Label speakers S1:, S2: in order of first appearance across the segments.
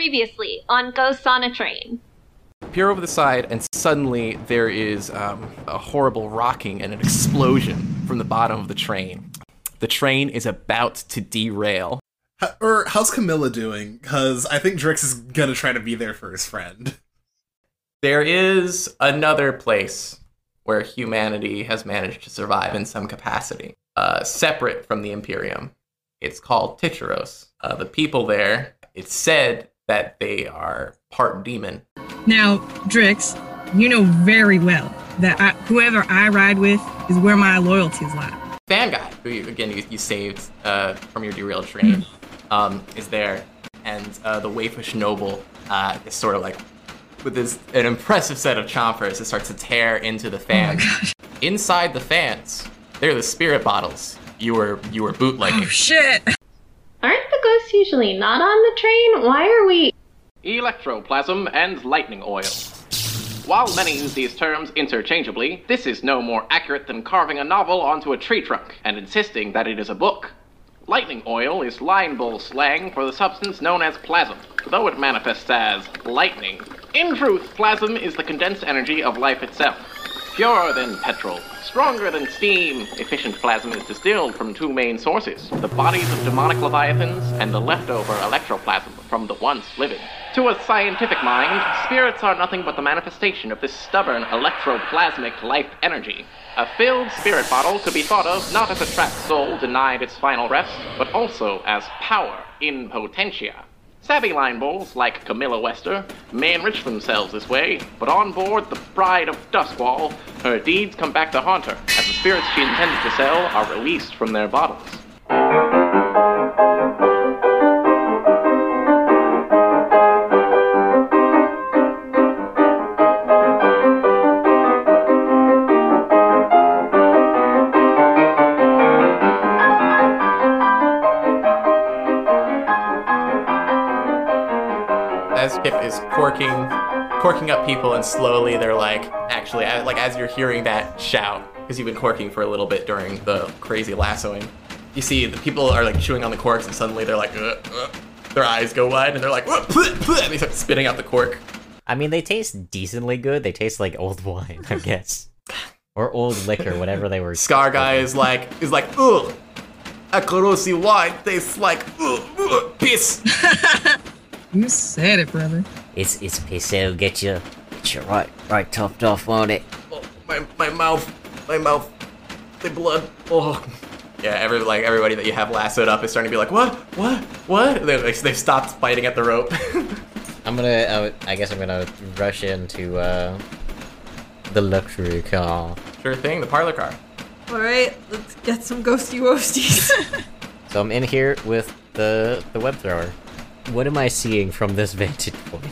S1: previously on Go Sauna Train.
S2: peer over the side, and suddenly there is um, a horrible rocking and an explosion from the bottom of the train. The train is about to derail.
S3: H- or how's Camilla doing? Because I think Drix is gonna try to be there for his friend.
S2: There is another place where humanity has managed to survive in some capacity, uh, separate from the Imperium. It's called Tituros. Uh, the people there, it's said that they are part demon.
S4: Now, Drix, you know very well that I, whoever I ride with is where my loyalties lie.
S2: fan guy who you, again you, you saved uh, from your derailed train um, is there and uh, the waifish noble uh, is sort of like with this an impressive set of chompers it starts to tear into the fans inside the fans they're the spirit bottles you were you were bootlegging
S4: Shit!
S1: Aren't the ghosts usually not on the train? Why are we.
S5: Electroplasm and lightning oil. While many use these terms interchangeably, this is no more accurate than carving a novel onto a tree trunk and insisting that it is a book. Lightning oil is Line Bull slang for the substance known as plasm, though it manifests as lightning. In truth, plasm is the condensed energy of life itself. Purer than petrol, stronger than steam, efficient plasm is distilled from two main sources the bodies of demonic leviathans and the leftover electroplasm from the once living. To a scientific mind, spirits are nothing but the manifestation of this stubborn electroplasmic life energy. A filled spirit bottle could be thought of not as a trapped soul denied its final rest, but also as power in potentia. Savvy line bulls like Camilla Wester may enrich themselves this way, but on board the Bride of Duskwall, her deeds come back to haunt her, as the spirits she intended to sell are released from their bottles.
S2: as Kip is corking corking up people and slowly they're like actually I- like as you're hearing that shout because you've been corking for a little bit during the crazy lassoing you see the people are like chewing on the corks and suddenly they're like uh, uh, their eyes go wide and they're like "Uh, bleh, bleh," and they start spitting out the cork
S6: I mean, they taste decently good. They taste like old wine, I guess, or old liquor, whatever they were.
S2: scar guy is like is like ugh a Kurosi wine tastes like ugh, ugh, piss
S4: You said it, brother.
S7: It's it's Pacel. Get your get your right right topped off on it.
S2: oh, my, my mouth, my mouth, the blood. Oh. Yeah, every like everybody that you have lassoed up is starting to be like, what, what, what? They, they, they've stopped biting at the rope.
S6: I'm gonna. Uh, I guess I'm gonna rush into uh, the luxury car.
S2: sure thing, the parlor car.
S8: Alright, let's get some ghosty woasties.
S6: So I'm in here with the the web thrower. What am I seeing from this vantage point?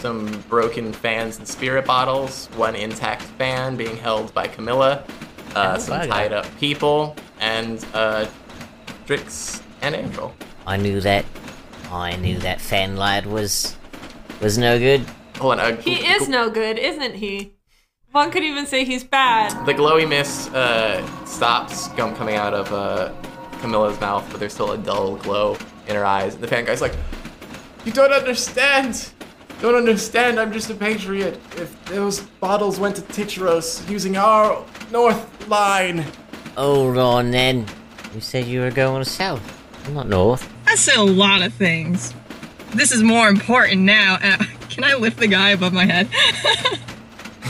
S2: Some broken fans and spirit bottles. One intact fan being held by Camilla. Uh,
S6: Oh,
S2: some
S6: bugger.
S2: tied up people and uh, Drix and Angel.
S7: I knew that. I knew that fan lad was was no good.
S2: Hold on. Uh,
S8: he is no good, isn't he? One could even say he's bad.
S2: The glowy mist uh, stops gum coming out of uh, Camilla's mouth, but there's still a dull glow in her eyes. The fan guy's like, "You don't understand. Don't understand. I'm just a patriot. If those bottles went to Titros using our North Line,
S7: Hold on then. You said you were going south, not north.
S4: I said a lot of things. This is more important now. And can I lift the guy above my head?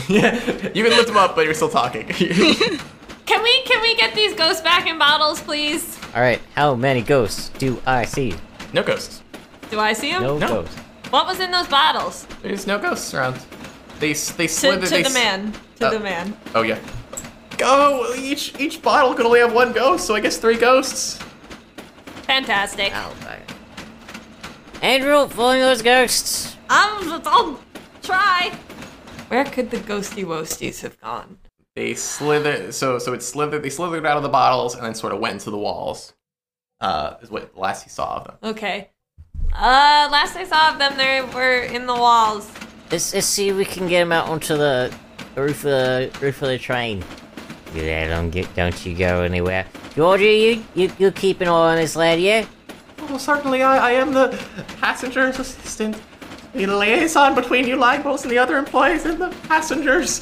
S2: yeah, you can lift them up, but you're still talking.
S8: Can we can we get these ghosts back in bottles, please?
S6: All right, how many ghosts do I see?
S2: no ghosts.
S8: Do I see them?
S6: No,
S2: No.
S6: ghosts.
S8: What was in those bottles?
S2: There's no ghosts around. They s- they
S8: To,
S2: slither.
S8: to
S2: they
S8: the
S2: s-
S8: man. To
S2: Uh,
S8: the man.
S2: Oh yeah. Oh, each each bottle could only have one ghost, so I guess three ghosts.
S8: Fantastic.
S7: Andrew, find those ghosts.
S8: Um, I'll try. Where could the ghosty woasties have gone?
S2: they slither so so it slithered they slithered out of the bottles and then sort of went into the walls uh is what last you saw of them
S8: Okay. Uh, last I saw of them, they were in the walls.
S7: Let's let's see if we can get him out onto the roof of the roof of the train. You there, don't get, don't you go anywhere. Georgie, you, you you keep an eye on this lad, yeah?
S2: well, certainly I, I am the passenger's assistant. The liaison between you libels and the other employees and the passengers.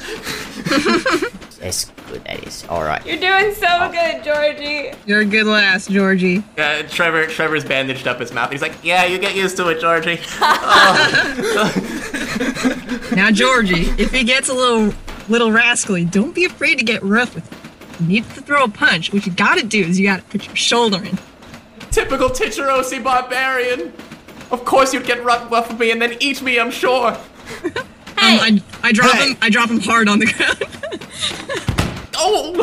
S6: That's good. That is all right.
S8: You're doing
S2: Oh.
S8: so good, Georgie.
S4: You're a good lass, Georgie.
S2: Uh, Trevor, Trevor's bandaged up his mouth. He's like, yeah, you get used to it, Georgie.
S4: Now, Georgie, if he gets a little little rascally, don't be afraid to get rough with him. You need to throw a punch. What you gotta do is you gotta put your shoulder in.
S2: Typical Ticherosi barbarian. Of course you'd get rough rough with me and then eat me, I'm sure.
S4: Um, I, I drop
S3: Hey.
S4: him. I drop him hard on the ground.
S2: Oh!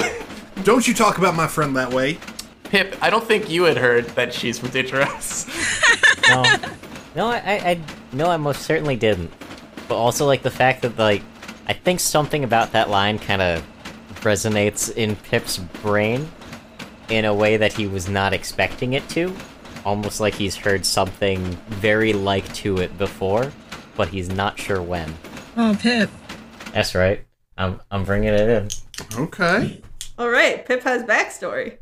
S3: Don't you talk about my friend that way.
S2: Pip, I don't think you had heard that she's from Ticheros.
S6: No, no, I, I, I, no, I most certainly didn't. But also, like the fact that, like, I think something about that line kind of resonates in Pip's brain in a way that he was not expecting it to. Almost like he's heard something very like to it before, but he's not sure when.
S4: oh, Pip.
S7: That's right. I'm I'm bringing it in.
S3: Okay.
S1: All right, Pip has backstory.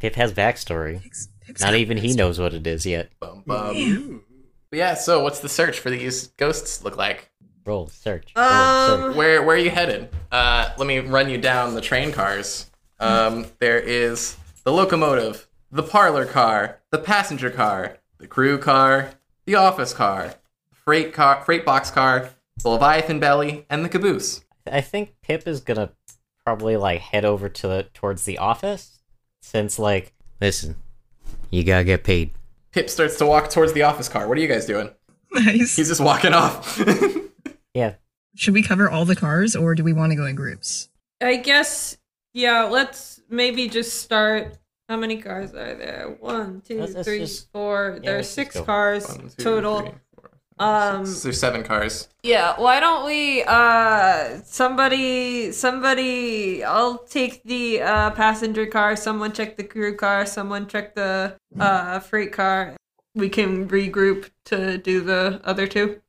S6: Pip has backstory.
S4: Pip's
S6: Not
S4: got-
S6: even he knows what it is yet.
S2: Bum, bum. Um, Yeah, so what's the search for these ghosts look like?
S6: Roll search. Roll, search.
S1: Um,
S2: Where where are you headed? Uh, let me run you down the train cars. Um, there is the locomotive, the parlor car, the passenger car, the crew car, the office car, the freight car, freight box car, the leviathan belly, and the caboose.
S6: I think Pip is gonna probably like head over to the towards the office since like listen, you gotta get paid.
S2: Pip starts to walk towards the office car. What are you guys doing?
S4: Nice.
S2: He's just walking off.
S6: Yeah,
S4: Should we cover all the cars, or do we want to go in groups?
S1: I guess yeah. Let's maybe just start. How many cars are there? One, two, three, four.
S6: Let's- let's just- yeah,
S1: there are
S6: let's just
S1: six
S6: go.
S1: cars
S2: One, two,
S1: total.
S2: three, four,
S1: um,
S2: six. There's seven cars.
S1: Yeah, why don't we uh somebody somebody I'll take the uh passenger car, someone check the crew car, someone check the uh freight car. We can regroup to do the other two.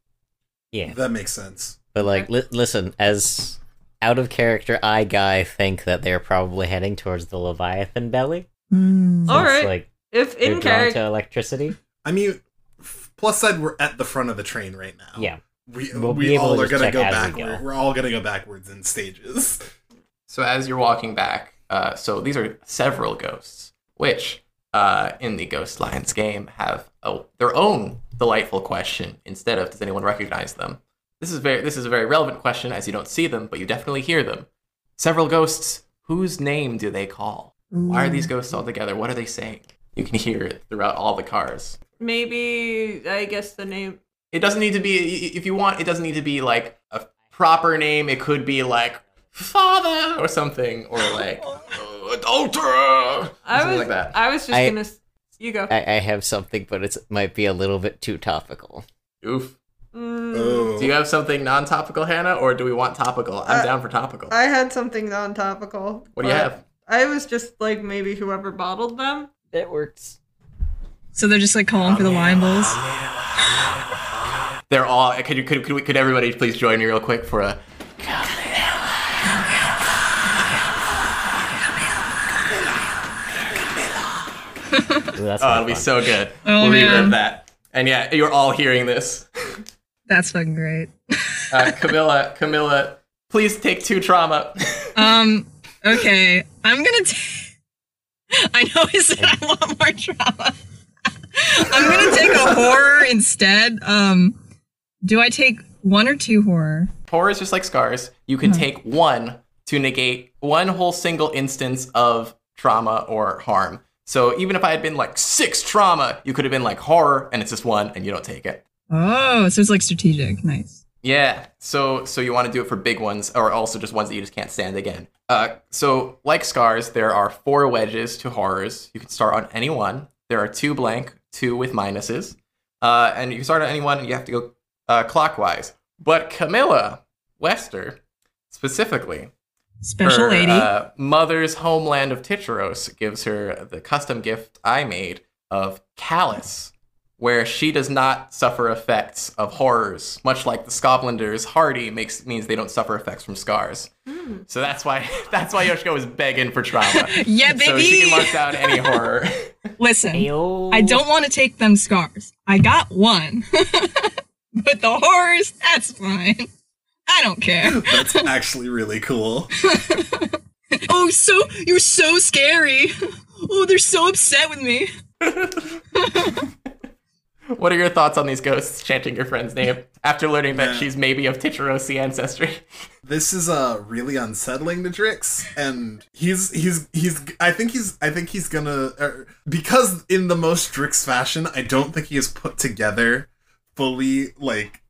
S6: yeah.
S3: That makes sense.
S6: But like li- listen, as out of character I guy think that they're probably heading towards the Leviathan belly.
S4: Hmm.
S1: All
S6: It's,
S1: right.
S6: like
S1: if
S6: they're
S1: in
S6: drawn
S1: character
S6: to electricity.
S3: I mean, f- plus side, we're at the front of the train right now.
S6: Yeah.
S3: We,
S6: We'll
S3: we
S6: be able
S3: all
S6: to
S3: are
S6: just
S3: gonna
S6: check
S3: go
S6: as we
S3: backward.
S6: go.
S3: We're all gonna go backwards in stages.
S2: So as you're walking back, uh, so these are several ghosts, which uh, in the Ghost Lions game have a, their own delightful question instead of does anyone recognize them. This is very this is a very relevant question as you don't see them, but you definitely hear them. Several ghosts. Whose name do they call? Why are these ghosts all together? What are they saying? You can hear it throughout all the cars.
S1: maybe I guess the name
S2: It doesn't need to be i- if you want. It doesn't need to be like a proper name. It could be like father or something, or like uh,
S1: I
S2: adulterer, something
S1: was
S2: like that.
S1: I was just
S6: I-
S1: gonna s- you
S3: um,
S1: go.
S6: I, I have something, but it's might be a little bit too topical.
S2: Oof.
S1: Mm,
S3: Oh.
S2: Do you have something non-topical, Hannah, or do we want topical? I'm
S1: Uh,
S2: down for topical.
S1: I had something non topical.
S2: What do you have?
S1: I was just like maybe whoever bottled them.
S6: That works.
S4: So they're just like calling for the wine bowls.
S2: They're all. Could you? Could, could, we- could everybody please join me real quick for a?
S6: Ooh, that's
S2: Oh,
S6: not
S2: it'll be
S6: fun.
S2: so good.
S4: Oh,
S2: we'll
S4: man.
S2: reverb that. And yeah, you're all hearing this.
S4: That's fucking great.
S2: Uh, Camilla, Camilla, please take two trauma.
S4: Um. Okay. I'm gonna. T- I know I said I want more trauma. I'm gonna take a horror instead. Um. Do I take one or two horror?
S2: Horror is just like scars. You can
S4: Mm-hmm.
S2: take one to negate one whole single instance of trauma or harm. So even if I had been like six trauma, you could have been like horror, and it's just one, and you don't take it.
S4: Oh, so it's like strategic. Nice.
S2: Yeah. So so you want to do it for big ones, or also just ones that you just can't stand again. Uh, so like scars, there are four wedges to horrors. You can start on any one. There are two blank, two with minuses, uh, and you can start on any one, and you have to go uh, clockwise. But Camilla Wester, specifically,
S4: Special
S2: her,
S4: lady.
S2: uh, mother's homeland of Titros gives her the custom gift I made of callus, where she does not suffer effects of horrors, much like the Scotlanders hardy makes means they don't suffer effects from scars. So that's why that's why Yoshiko is begging for trauma.
S4: Yeah,
S2: So she
S4: baby.
S2: can mark out any horror.
S4: Listen,
S6: Ayo.
S4: I don't want to take them scars. I got one. but the horrors, that's fine. I don't care.
S3: That's actually really cool.
S4: oh, so you're so scary. Oh, they're so upset with me.
S2: what are your thoughts on these ghosts chanting your friend's name after learning that she's maybe of Ticharosi ancestry?
S3: This is uh really unsettling to Drix, and he's he's he's. I think he's I think he's gonna er, because in the most Drix fashion, I don't think he has put together fully like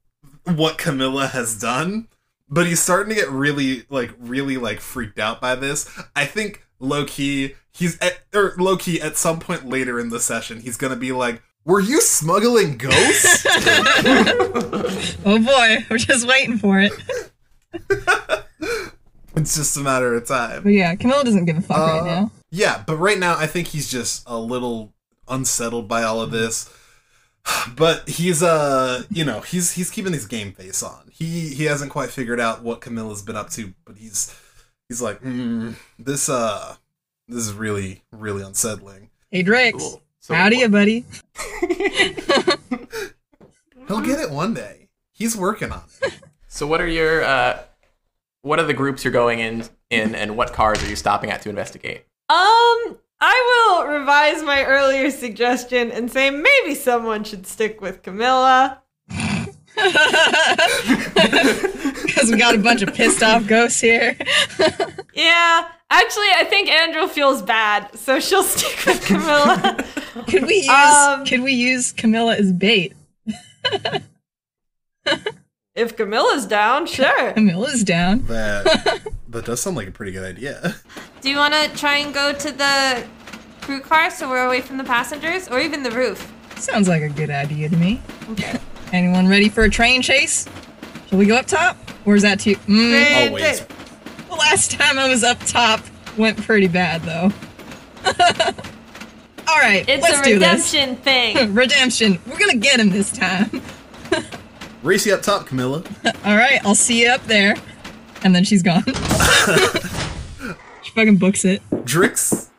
S3: what Camilla has done. But he's starting to get really like really like freaked out by this. I think low key he's at, or low key at some point later in the session he's gonna be like, "Were you smuggling ghosts?"
S4: Oh boy, we're just waiting for it.
S3: it's just a matter of time.
S4: But yeah, Camilla doesn't give a fuck
S3: Uh,
S4: right now.
S3: Yeah, but right now I think he's just a little unsettled by all of this. But he's uh you know, he's he's keeping his game face on. He he hasn't quite figured out what Camilla's been up to, but he's he's like, mm, this uh this is really, really unsettling.
S4: Hey, Drix.
S2: Cool. So
S4: Howdy, ya, buddy.
S3: He'll get it one day. He's working on it.
S2: So what are your uh, what are the groups you're going in in and what cars are you stopping at to investigate?
S1: Um, I will revise my earlier suggestion and say maybe someone should stick with Camilla.
S4: Because we got a bunch of pissed off ghosts here.
S1: Yeah, actually, I think Andrew feels bad, so she'll stick with Camilla.
S4: Could we use
S1: Um,
S4: could we use Camilla as bait?
S1: if Camilla's down, sure.
S4: Camilla's down.
S3: That that does sound like a pretty good idea.
S8: Do you want to try and go to the crew car so we're away from the passengers or even the roof?
S4: Sounds like a good idea to me. Anyone ready for a train chase? Shall we go up top? Or is that too? Mm,
S1: And
S3: Always.
S1: it-
S4: the last time I was up top went pretty bad though. All right,
S1: It's
S4: let's
S1: a
S4: do this.
S1: redemption thing.
S4: Redemption. We're gonna get him this time.
S3: Race you up top, Camilla.
S4: All right, I'll see you up there. And then she's gone. she fucking books it.
S3: Drix,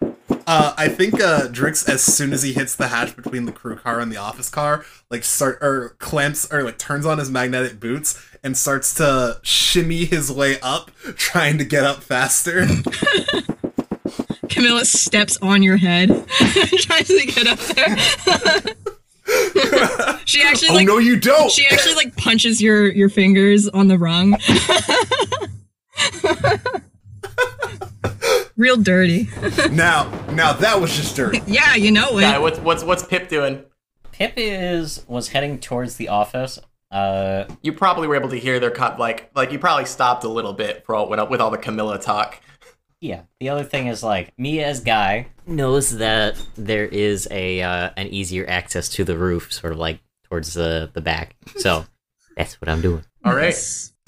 S3: uh, I think uh, Drix, as soon as he hits the hatch between the crew car and the office car, like start or clamps or like turns on his magnetic boots and starts to shimmy his way up, trying to get up faster.
S4: Camilla steps on your head, tries to get up there. she actually
S3: oh
S4: like
S3: no, you don't!
S4: she actually like punches your your fingers on the rung. Real dirty.
S3: now, now that was just dirty.
S4: Yeah, you know it.
S2: Yeah, what's what's what's Pip doing?
S6: Pip is was heading towards the office. Uh,
S2: You probably were able to hear their cut like like you probably stopped a little bit for all with, with all the Camilla talk.
S6: yeah. The other thing is like me as guy knows that there is a uh, an easier access to the roof, sort of like towards the the back. So that's what I'm doing.
S2: All right.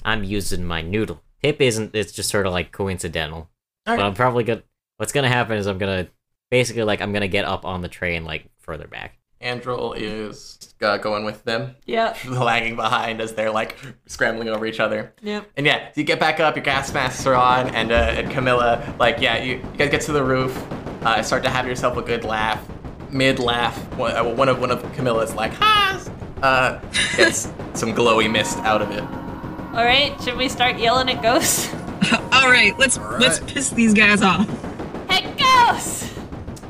S6: I'm using my noodle. Pip isn't. It's just sort of like coincidental.
S2: All right.
S6: But I'm probably gonna. What's gonna happen is I'm gonna basically like I'm gonna get up on the train like further back.
S2: Andrel is uh, going with them,
S1: yeah,
S2: lagging behind as they're like scrambling over each other.
S1: yeah.
S2: And yeah, you get back up, your gas masks are on, and, uh, and Camilla, like, yeah, you, you guys get to the roof, uh, start to have yourself a good laugh. Mid laugh, one, uh, one of one of Camilla's like, ha! Uh, gets some glowy mist out of it.
S1: All right, should we start yelling at ghosts?
S4: All right, let's
S3: All right.
S4: let's piss these guys off.
S1: Hey, ghosts!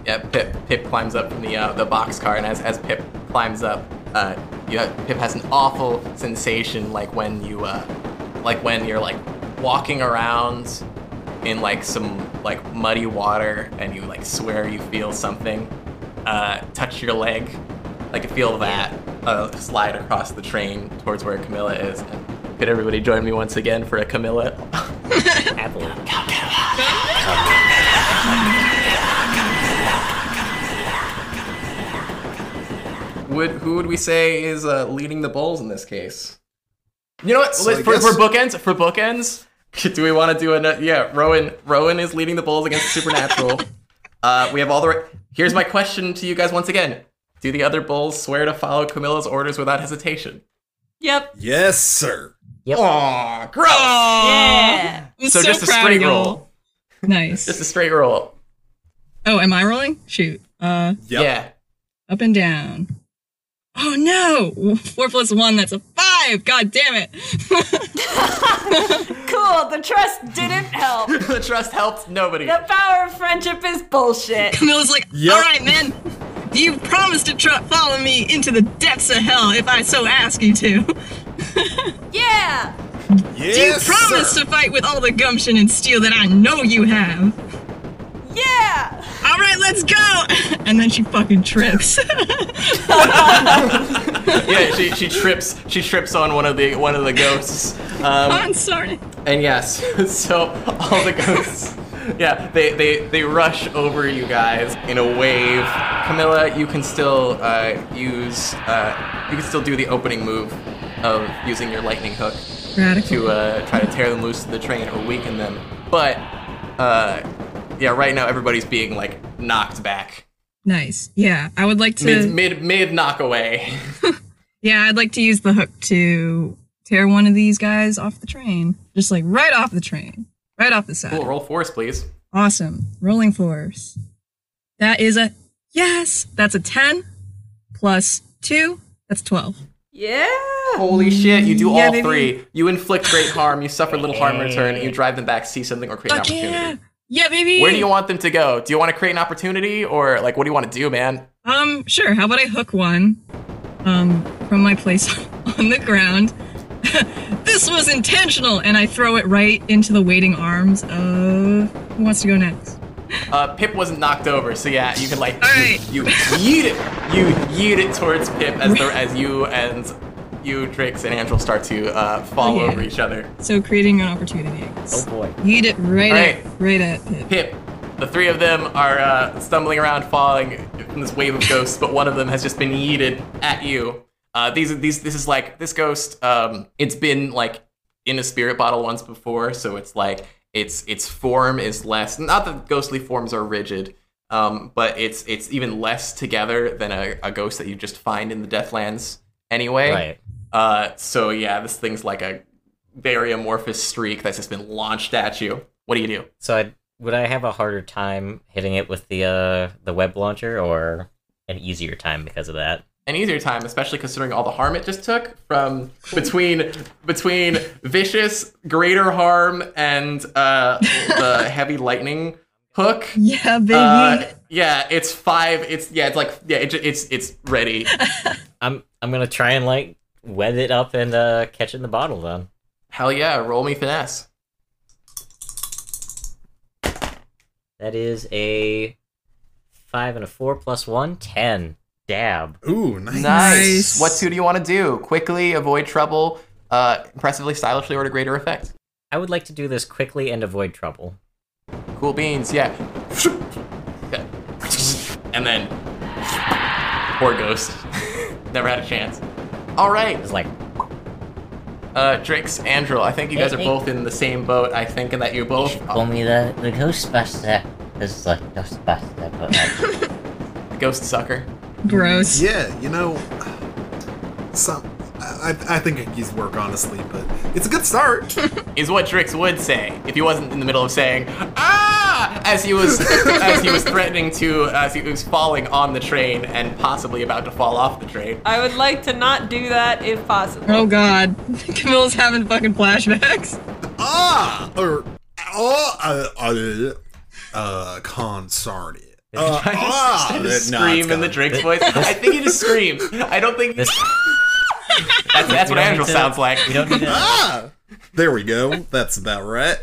S2: Yeah, Pip Pip climbs up from the uh, the box car, and as as Pip climbs up, uh, you have, Pip has an awful sensation, like when you uh, like when you're like walking around in like some like muddy water, and you like swear you feel something uh, touch your leg, like you feel that uh, slide across the train towards where Camilla is. And could everybody join me once again for a Camilla?
S6: Apple.
S2: would who would we say is uh, leading the bulls in this case? You know what?
S3: So
S2: Let's-
S3: I
S2: for,
S3: guess-
S2: for bookends, for bookends, do we want to do another? Yeah, Rowan. Rowan is leading the bulls against the supernatural. uh, we have all the. Right- Here's my question to you guys once again: Do the other bulls swear to follow Camilla's orders without hesitation?
S8: Yep.
S3: Yes, sir.
S6: Yep.
S2: Aw, gross!
S8: Yeah.
S4: I'm
S2: so, just a
S4: proud of
S2: straight
S4: y'all.
S2: roll. Just a
S4: Nice.
S2: straight roll.
S4: Oh, am I rolling? Shoot. Uh,
S3: Yep.
S2: Yeah.
S4: up and down. Oh no! Four plus one, that's a five! God damn it!
S1: Cool, the trust didn't help.
S2: the trust helped nobody.
S1: The power of friendship is bullshit.
S4: Camilla's like,
S3: Yep.
S4: alright, man, you promised to tr- follow me into the depths of hell if I so ask you to.
S1: Yeah!
S3: Yes,
S4: you promised
S3: sir.
S4: to fight with all the gumption and steel that I know you have.
S1: Yeah!
S4: All right, let's go. And then she fucking trips.
S3: Um,
S2: yeah, she, she trips she trips on one of the one of the ghosts. Um,
S4: I'm sorry.
S2: and yes, so all the ghosts Yeah, they, they, they rush over you guys in a wave. Camilla, you can still uh, use uh, you can still do the opening move of using your lightning hook
S4: Radical.
S2: to uh, try to tear them loose to the train or weaken them. But uh, yeah, right now everybody's being like knocked back.
S4: Nice. Yeah, I would like to.
S2: Mid mid mid knock away.
S4: Yeah, I'd like to use the hook to tear one of these guys off the train. Just like right off the train. Right off the side.
S2: Cool, roll force, please.
S4: Awesome. Rolling force. That is a yes. That's a 10 plus 2. That's 12.
S1: Yeah!
S6: Ah.
S2: Holy shit, you do
S4: Yeah,
S2: all
S4: baby.
S2: three. You inflict great harm, you suffer little harm in return, and you drive them back, see something, or create an
S4: Fuck
S2: opportunity.
S4: yeah. Yeah, baby.
S2: Where do you want them to go? Do you want to create an opportunity, or like, what do you want to do, man?
S4: Um, sure. How about I hook one um, from my place on the ground? this was intentional. And I throw it right into the waiting arms of. Who wants to go next?
S2: Uh, Pip wasn't knocked over, so yeah, you can like
S4: All right.
S2: you, you yeet it, you yeet it towards Pip as the as you and you, Drix, and Angel start to uh, fall
S4: Oh, yeah.
S2: over each other.
S4: So creating an opportunity.
S6: Oh boy.
S4: Eat it right,
S2: Alright.
S4: at right at Pip.
S2: Pip, the three of them are uh, stumbling around, falling in this wave of ghosts, but one of them has just been yeeted at you. Uh, these, are- these, this is like this ghost. Um, it's been like in a spirit bottle once before, so it's like its its form is less. Not that ghostly forms are rigid, um, but it's it's even less together than a, a ghost that you just find in the Deathlands anyway.
S6: Right.
S2: Uh, so yeah, this thing's like a very amorphous streak that's just been launched at you. What do you do?
S6: So I would I have a harder time hitting it with the uh the web launcher or an easier time because of that?
S2: an easier time, especially considering all the harm it just took from between between vicious greater harm and uh, the heavy lightning hook.
S4: Yeah, baby.
S2: Uh, yeah, it's five. It's yeah, it's like yeah, it, ju- it's it's ready.
S6: I'm I'm gonna try and like web it up and uh catch it in the bottle then.
S2: Hell yeah, roll me finesse.
S6: That is a five and a four plus one, ten. Dab.
S3: Ooh, nice.
S4: Nice.
S2: What two do you want to do? Quickly avoid trouble. Uh, impressively, stylishly, or to greater effect.
S6: I would like to do this quickly and avoid trouble.
S2: Cool beans. Yeah. Yeah. And then poor ghost. Never had a chance. All right.
S6: It's like
S2: Uh, Drake's Andrew, I think you guys are
S6: Hey, hey.
S2: both in the same boat. I think, and that you both
S6: call me the the Ghostbuster. This is like Ghostbuster, but like,
S2: ghost sucker.
S4: Gross.
S3: Yeah, you know, some. I, I I think Iggy's work, honestly, but it's a good start.
S2: Is what Drix would say if he wasn't in the middle of saying "ah" as he was as he was threatening to as he was falling on the train and possibly about to fall off the train.
S1: I would like to not do that if possible.
S4: Oh god. Camilla's having fucking flashbacks.
S3: ah, or oh, uh, uh, uh, concert. Uh, ah,
S2: Just
S3: no, it's
S2: scream in the
S3: gone.
S2: Drix voice. I think he just screams. I don't think
S6: this.
S2: that's, that's
S6: we
S2: what
S6: don't need
S2: Andrew
S6: to-
S2: sounds like.
S6: We don't need to,
S3: Ah, there we go. That's about right.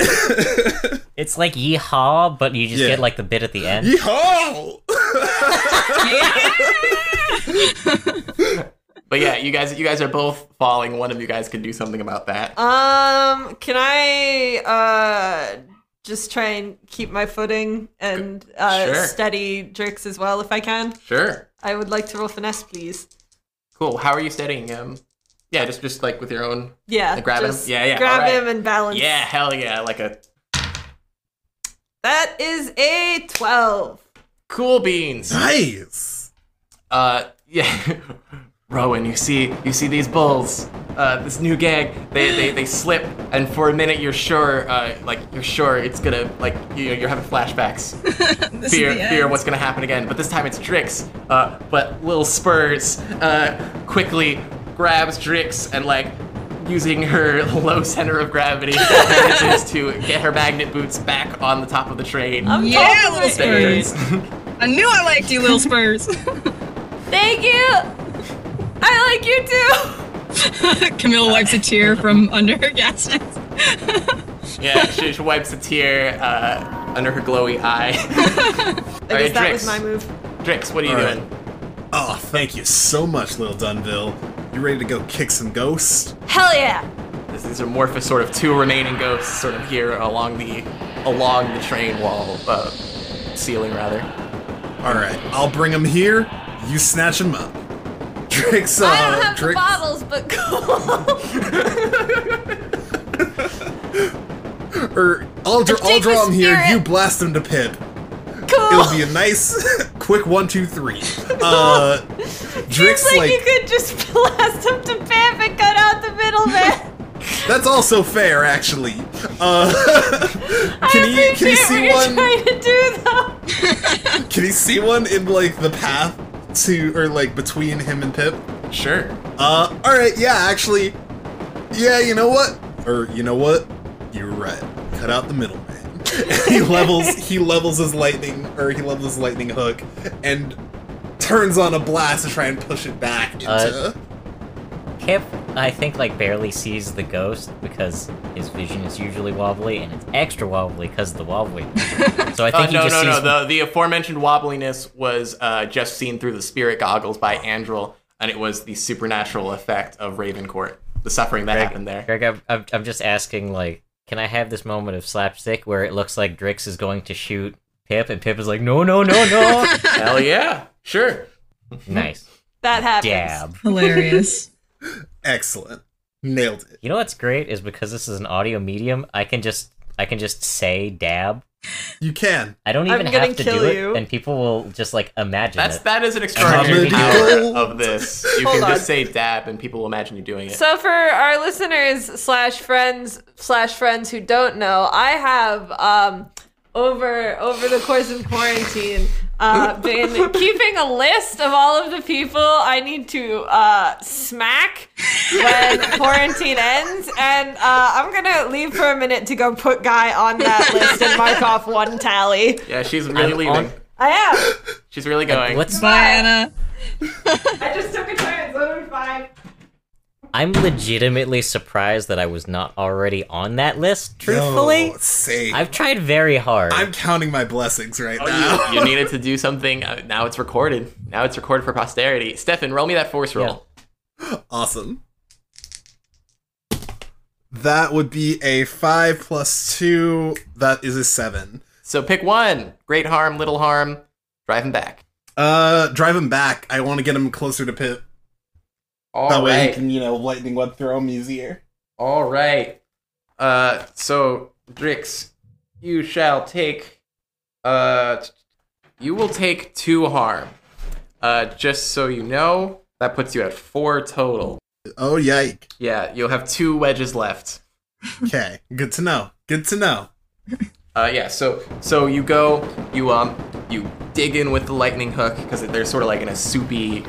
S6: it's like yeehaw, but you just
S3: Yeah.
S6: get like the bit at the end.
S3: Yeehaw!
S2: But yeah, you guys you guys are both falling. One of you guys can do something about that.
S1: Um, can I uh just try and keep my footing and uh
S2: Sure.
S1: steady Drix as well if I can?
S2: Sure.
S1: I would like to roll finesse, please.
S2: Cool. How are you studying him? Yeah, just just like with your own.
S1: Yeah.
S2: And grab him?
S1: just
S2: Yeah, yeah,
S1: Grab
S2: alright.
S1: him and balance.
S2: Yeah, hell yeah, like a
S1: That is a twelve.
S2: cool beans.
S3: nice.
S2: uh, yeah, Rowan, you see, you see these bulls. Uh, this new gag, they, they, they slip, and for a minute you're sure, uh, like you're sure it's gonna, like you know, you're having flashbacks,
S4: This
S2: fear,
S4: is the
S2: fear
S4: end.
S2: what's gonna happen again. But this time it's Drix. Uh, but little Spurs uh, quickly grabs Drix and like using her low center of gravity manages to get her magnet boots back on the top of the train.
S4: yeah, little
S2: There.
S4: spurs. I knew I liked you, little spurs.
S8: Thank you. I like you too.
S4: Camille wipes a tear from under her gas mask.
S2: Yeah, she, she wipes a tear uh, under her glowy eye. All
S1: I guess
S2: right,
S1: that
S2: Drix.
S1: was my move.
S2: Drix, what are you
S3: All right.
S2: doing?
S3: Oh, thank you so much, Lil Dunville. You ready to go kick some ghosts?
S8: Hell yeah.
S2: This, these are amorphous sort of two remaining ghosts, sort of here along the along the train wall, uh, ceiling rather.
S3: All right, I'll bring them here. You snatch them up. Drake's uh,
S8: I don't have the
S3: Drake's-
S8: bottles, but cool.
S3: or er, I'll, dr-
S8: If
S3: I'll
S8: Jake
S3: draw
S8: was
S3: them here.
S8: spirit-
S3: You blast them to Pip. It'll
S8: cool.
S3: be a nice, quick one, two, three. Uh, Drake's
S8: It's like,
S3: like,
S8: you could just blast them to Pam and cut out the middleman.
S3: that's also fair, actually. Uh,
S8: I
S3: can he can
S8: appreciate what
S3: he see
S8: you're
S3: one?
S8: trying to do though.
S3: Can he see one in like the path to or like between him and Pip?
S2: Sure.
S3: Uh, all right, yeah, actually, yeah, you know what? Or you know what? You're right. Cut out the middleman. he levels. He levels his lightning, or he levels his lightning hook, and turns on a blast to try and push it back into.
S6: Uh, Kip, I think, like, barely sees the ghost because his vision is usually wobbly, and it's extra wobbly because of the wobbly. so I think
S2: Uh,
S6: he
S2: no,
S6: just
S2: no, no.
S6: sees.
S2: The, the aforementioned wobbliness was uh, just seen through the spirit goggles by Andrel, and it was the supernatural effect of Ravencourt, the suffering that happened there.
S6: Greg, I'm, I'm, I'm just asking, like, can I have this moment of slapstick where it looks like Drix is going to shoot Pip, and Pip is like, no, no, no, no.
S2: Hell yeah, sure.
S6: nice.
S8: That happens.
S6: Dab.
S4: Hilarious.
S3: Excellent. Nailed it.
S6: You know what's great is because this is an audio medium, I can just I can just say dab.
S3: You can.
S6: I don't
S1: I'm
S6: even
S1: gonna
S6: have to
S1: kill
S6: do
S1: you.
S6: it, and people will just like imagine
S2: That's
S6: it.
S2: that is an extraordinary
S3: Comedy
S2: power
S3: gold.
S2: of this. You
S1: Hold
S2: can
S1: on.
S2: just say dab, and people will imagine you doing it.
S1: So for our listeners slash friends slash friends who don't know, I have um, over over the course of quarantine uh, been keeping a list of all of the people I need to uh, smack when quarantine ends, and uh, I'm gonna leave for a minute to go put guy on that list and mark off one tally.
S2: yeah, she's really
S6: I'm
S2: leaving.
S6: on-
S1: I am.
S2: She's really going.
S6: What's
S4: Bye, Anna.
S1: I just took a turn. So I'm fine.
S6: I'm legitimately surprised that I was not already on that list, truthfully.
S3: No, sake.
S6: I've tried very hard.
S3: I'm counting my blessings right now.
S2: you, you needed to do something. Uh, now it's recorded. Now it's recorded for posterity. Stefan, roll me that force roll.
S3: Awesome. That would be a five plus two. That is a seven.
S2: So pick one. Great harm, little harm. Drive him back.
S3: Uh, drive him back. I want to get him closer to Pip.
S2: All
S3: that way he
S2: right.
S3: can, you know, lightning web throw him easier.
S2: All right. Uh, so Drix, you shall take. Uh, t- you will take two harm. Uh, just so you know, that puts you at four total.
S3: Oh, yike.
S2: Yeah, you'll have two wedges left.
S3: Okay. Good to know. Good to know.
S2: Uh, yeah. So so you go, you um, you dig in with the lightning hook because they're sort of like in a soupy,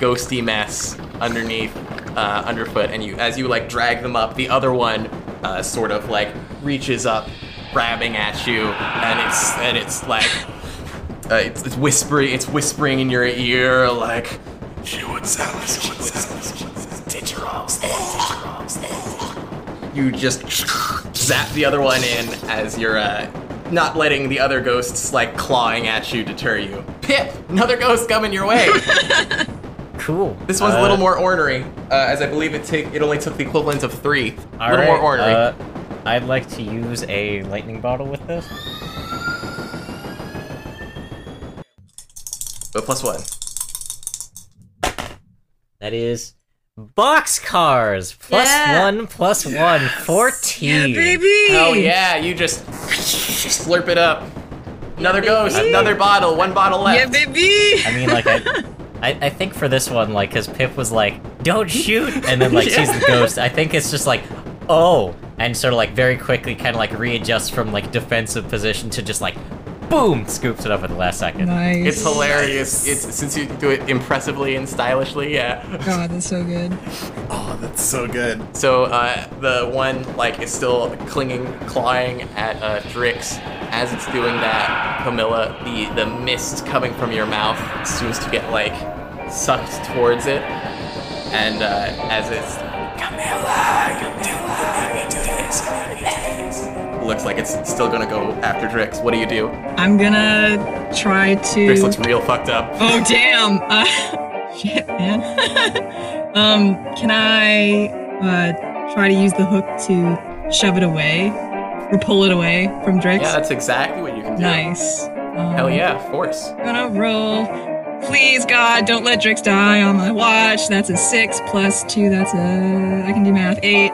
S2: ghosty mess underneath, uh, underfoot, and you as you like drag them up, the other one uh, sort of like reaches up, grabbing at you, and it's and it's like. Uh, it's, it's whispering. It's whispering in your ear, like. you just zap the other one in as you're uh, not letting the other ghosts like clawing at you deter you. Pip, another ghost coming your way.
S6: cool.
S2: this one's a
S6: Uh,
S2: little more ornery, uh, as I believe it take it only took the equivalent of three. A
S6: all
S2: little more
S6: right,
S2: ornery.
S6: uh, I'd like to use a lightning bottle with this.
S2: but plus one.
S6: That is boxcars. Plus
S1: Yeah.
S6: one, plus one. Fourteen.
S4: Baby.
S2: Hell yeah! You just slurp it up. Another ghost, another bottle, one bottle
S4: Yeah,
S2: left.
S4: baby.
S6: I mean, like, I, I, I think for this one, like, because Pip was like, don't shoot! And then, like, she's the ghost. I think it's just like, oh! And sort of, like, very quickly kind of, like, readjusts from, like, defensive position to just, like, boom! Scoops it up at the last second.
S4: Nice.
S2: It's hilarious. It's since you do it impressively and stylishly, yeah.
S4: God, that's so good.
S3: Oh, that's so good.
S2: So uh, the one like is still clinging, clawing at uh, Drix. As it's doing that, Camilla, the the mist coming from your mouth seems to get like sucked towards it, and uh, as it's Camilla, Camilla, looks like it's still gonna go after Drix. What do you do?
S4: I'm gonna try
S2: Drix
S4: to.
S2: looks real fucked up.
S4: Oh damn! Uh, shit, man. um, can I uh, try to use the hook to shove it away or pull it away from Drake's?
S2: Yeah, that's exactly what you can do.
S4: nice. Um,
S2: Hell yeah, force.
S4: gonna roll. Please, God, don't let Drix die on my watch. That's a six plus two. That's a. I can do math. Eight.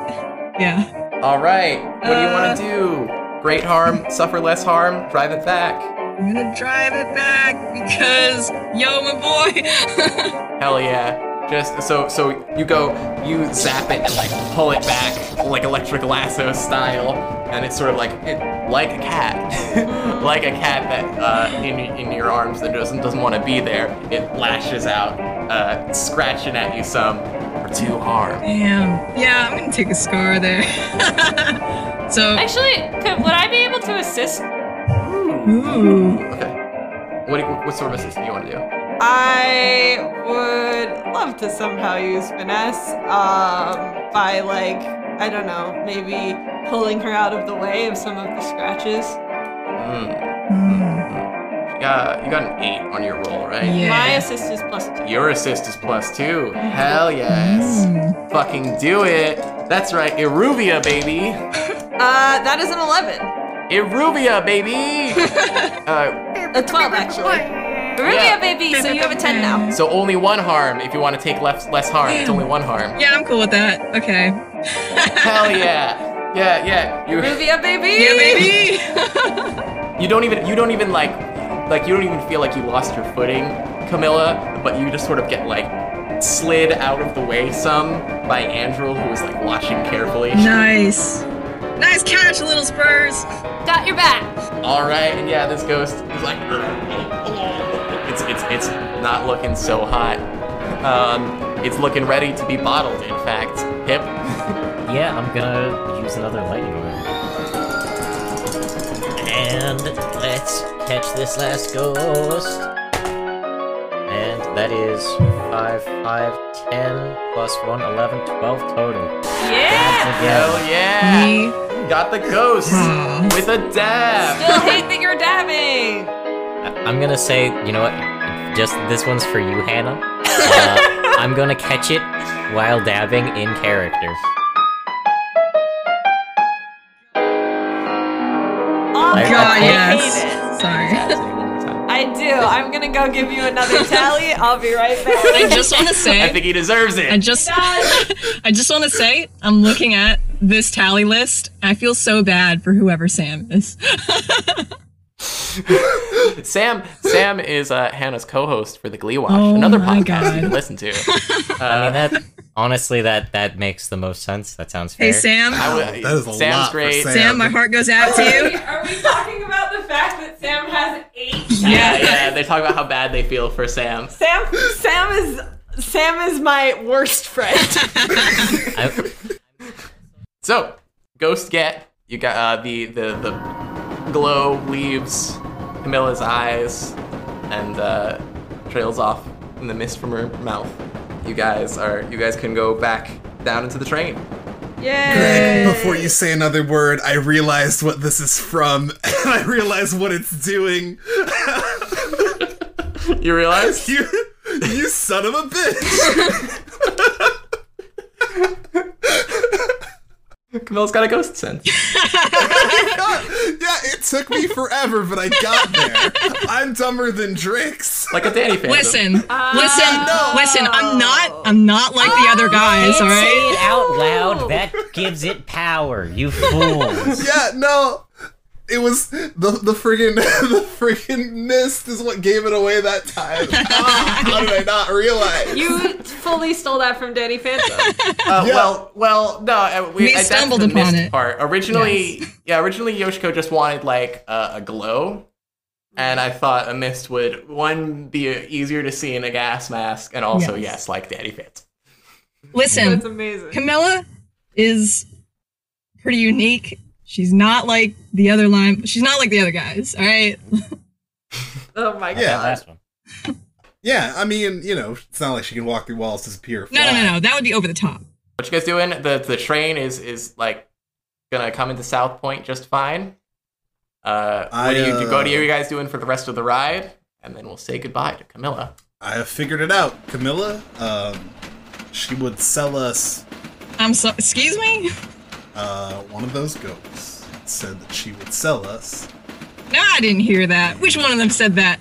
S4: Yeah.
S2: All right. What do you want to do? Great harm, suffer less harm, drive it back.
S4: I'm gonna drive it back because, yo, my boy.
S2: Hell yeah. Just so so you go, you zap it and like pull it back like electric lasso style, and it's sort of like it, like a cat, like a cat that uh, in in your arms that doesn't doesn't want to be there. It lashes out, uh, scratching at you some for two harm.
S4: Damn. Yeah, I'm gonna take a scar there. so.
S8: Actually, could, would I be able to assist?
S4: Ooh.
S2: Okay. What do you- what sort of assist do you want to do?
S1: I would love to somehow use finesse um, by, like, I don't know, maybe pulling her out of the way of some of the scratches.
S2: Mm.
S4: Mm,
S2: Uh, you got an eight on your roll, right?
S1: My
S4: yeah.
S1: assist is plus two.
S2: Your assist is plus two. Hell yes.
S4: Mm.
S2: Fucking do it. That's right, Eruvia, baby.
S1: Uh, that is an 11.
S2: Eruvia, baby. uh,
S1: A 12, actually.
S8: Rubia,
S2: Yeah.
S8: baby, so you have a 10 now.
S2: so only one harm if you want to take less less harm. It's only one harm.
S4: Yeah, I'm cool with that. Okay.
S2: Hell yeah. Yeah, yeah. You
S8: Rubia, baby!
S4: Yeah, baby.
S2: you don't even you don't even like like you don't even feel like you lost your footing, Camilla, but you just sort of get like slid out of the way some by Andrew who was like watching carefully.
S4: nice. Nice catch, little Spurs.
S8: Got your back.
S2: All right, and yeah, this ghost is like, it's it's it's not looking so hot. Um, it's looking ready to be bottled. In fact, hip.
S6: Yeah, I'm gonna use another lightning round. And let's catch this last ghost. And that is 5, 5, 10, plus 1, 11, 12 total.
S8: Yeah!
S2: Hell
S6: Yeah.
S2: yeah!
S4: Me.
S2: Got the ghost
S4: Aw.
S2: with a dab.
S8: Still hate that you're dabbing!
S6: I- I'm gonna say, you know what? Just this one's for you, Hannah. Uh, I'm gonna catch it while dabbing in character.
S8: Oh,
S6: Like,
S4: God,
S6: I-
S4: yes. Sorry.
S2: Say it one more time.
S8: I do. I'm gonna go give you another tally. I'll be right back.
S4: I just want to
S2: I
S4: say.
S2: think he deserves
S4: I
S2: it.
S4: just I just want to say I'm looking at this tally list. I feel so bad for whoever Sam is.
S2: Sam Sam is uh, Hannah's co-host for the Glee Watch,
S4: Oh
S2: another
S4: my
S2: podcast
S4: God.
S2: you can listen to. Uh,
S6: I mean, that honestly, that that makes the most sense. That sounds fair.
S4: hey Sam.
S2: I would-
S3: That is a
S2: Sam's
S3: lot for
S2: great.
S3: Sam.
S4: Sam, my heart goes out to you.
S8: Are we talking about the fact that Sam has eight?
S2: Yeah,
S4: Yeah.
S2: yeah. They talk about how bad they feel for Sam.
S1: Sam, Sam is, Sam is my worst friend.
S6: I-
S2: So, ghost get you got uh, the the the glow leaves Camilla's eyes and uh, trails off in the mist from her mouth. You guys are you guys can go back down into the train.
S1: Yay!
S3: Greg, before you say another word, I realized what this is from, and I realized what it's doing.
S2: You realize?
S3: You, you son of a bitch!
S2: Camilla's got a ghost sense.
S3: yeah, it took me forever, but I got there. I'm dumber than Ah. Drake's.
S2: Like a Danny fan.
S4: Listen, listen, listen. I'm not. I'm not like the other guys. All
S6: Say
S4: right.
S6: it out loud. That gives it power. You fools.
S3: Yeah, no. It was the the friggin' the friggin' mist is what gave it away that time. Ah, how did I not realize?
S1: You fully stole that from Danny Phantom.
S2: Uh, Well, well, no, uh, we,
S4: We
S2: uh, that's
S4: stumbled
S2: the
S4: upon
S2: missed
S4: it.
S2: Part originally, yeah, originally Yoshiko just wanted like uh, a glow, and I thought a mist would one be easier to see in a gas mask, and also yes,
S4: Yes.
S2: like Daddy Fitz.
S4: Listen,
S1: That's amazing.
S4: Camilla is pretty unique. She's not like the other line. She's not like the other guys. All right.
S1: Oh my
S3: Yeah.
S1: god.
S6: Last one.
S3: Yeah, I mean, you know, it's not like she can walk through walls, disappear.
S4: No, no,
S3: fly.
S4: no, no. That would be over the top.
S2: What you guys doing? The the train is is like gonna come into South Point just fine. Uh,
S3: I,
S2: what do you do?
S3: uh,
S2: What are you guys doing for the rest of the ride? And then we'll say goodbye to Camilla.
S3: I have figured it out, Camilla. Um, she would sell us
S4: I'm so. Excuse me.
S3: uh, one of those goats. Said that she would sell us.
S4: No, I didn't hear that. Which one of them said that?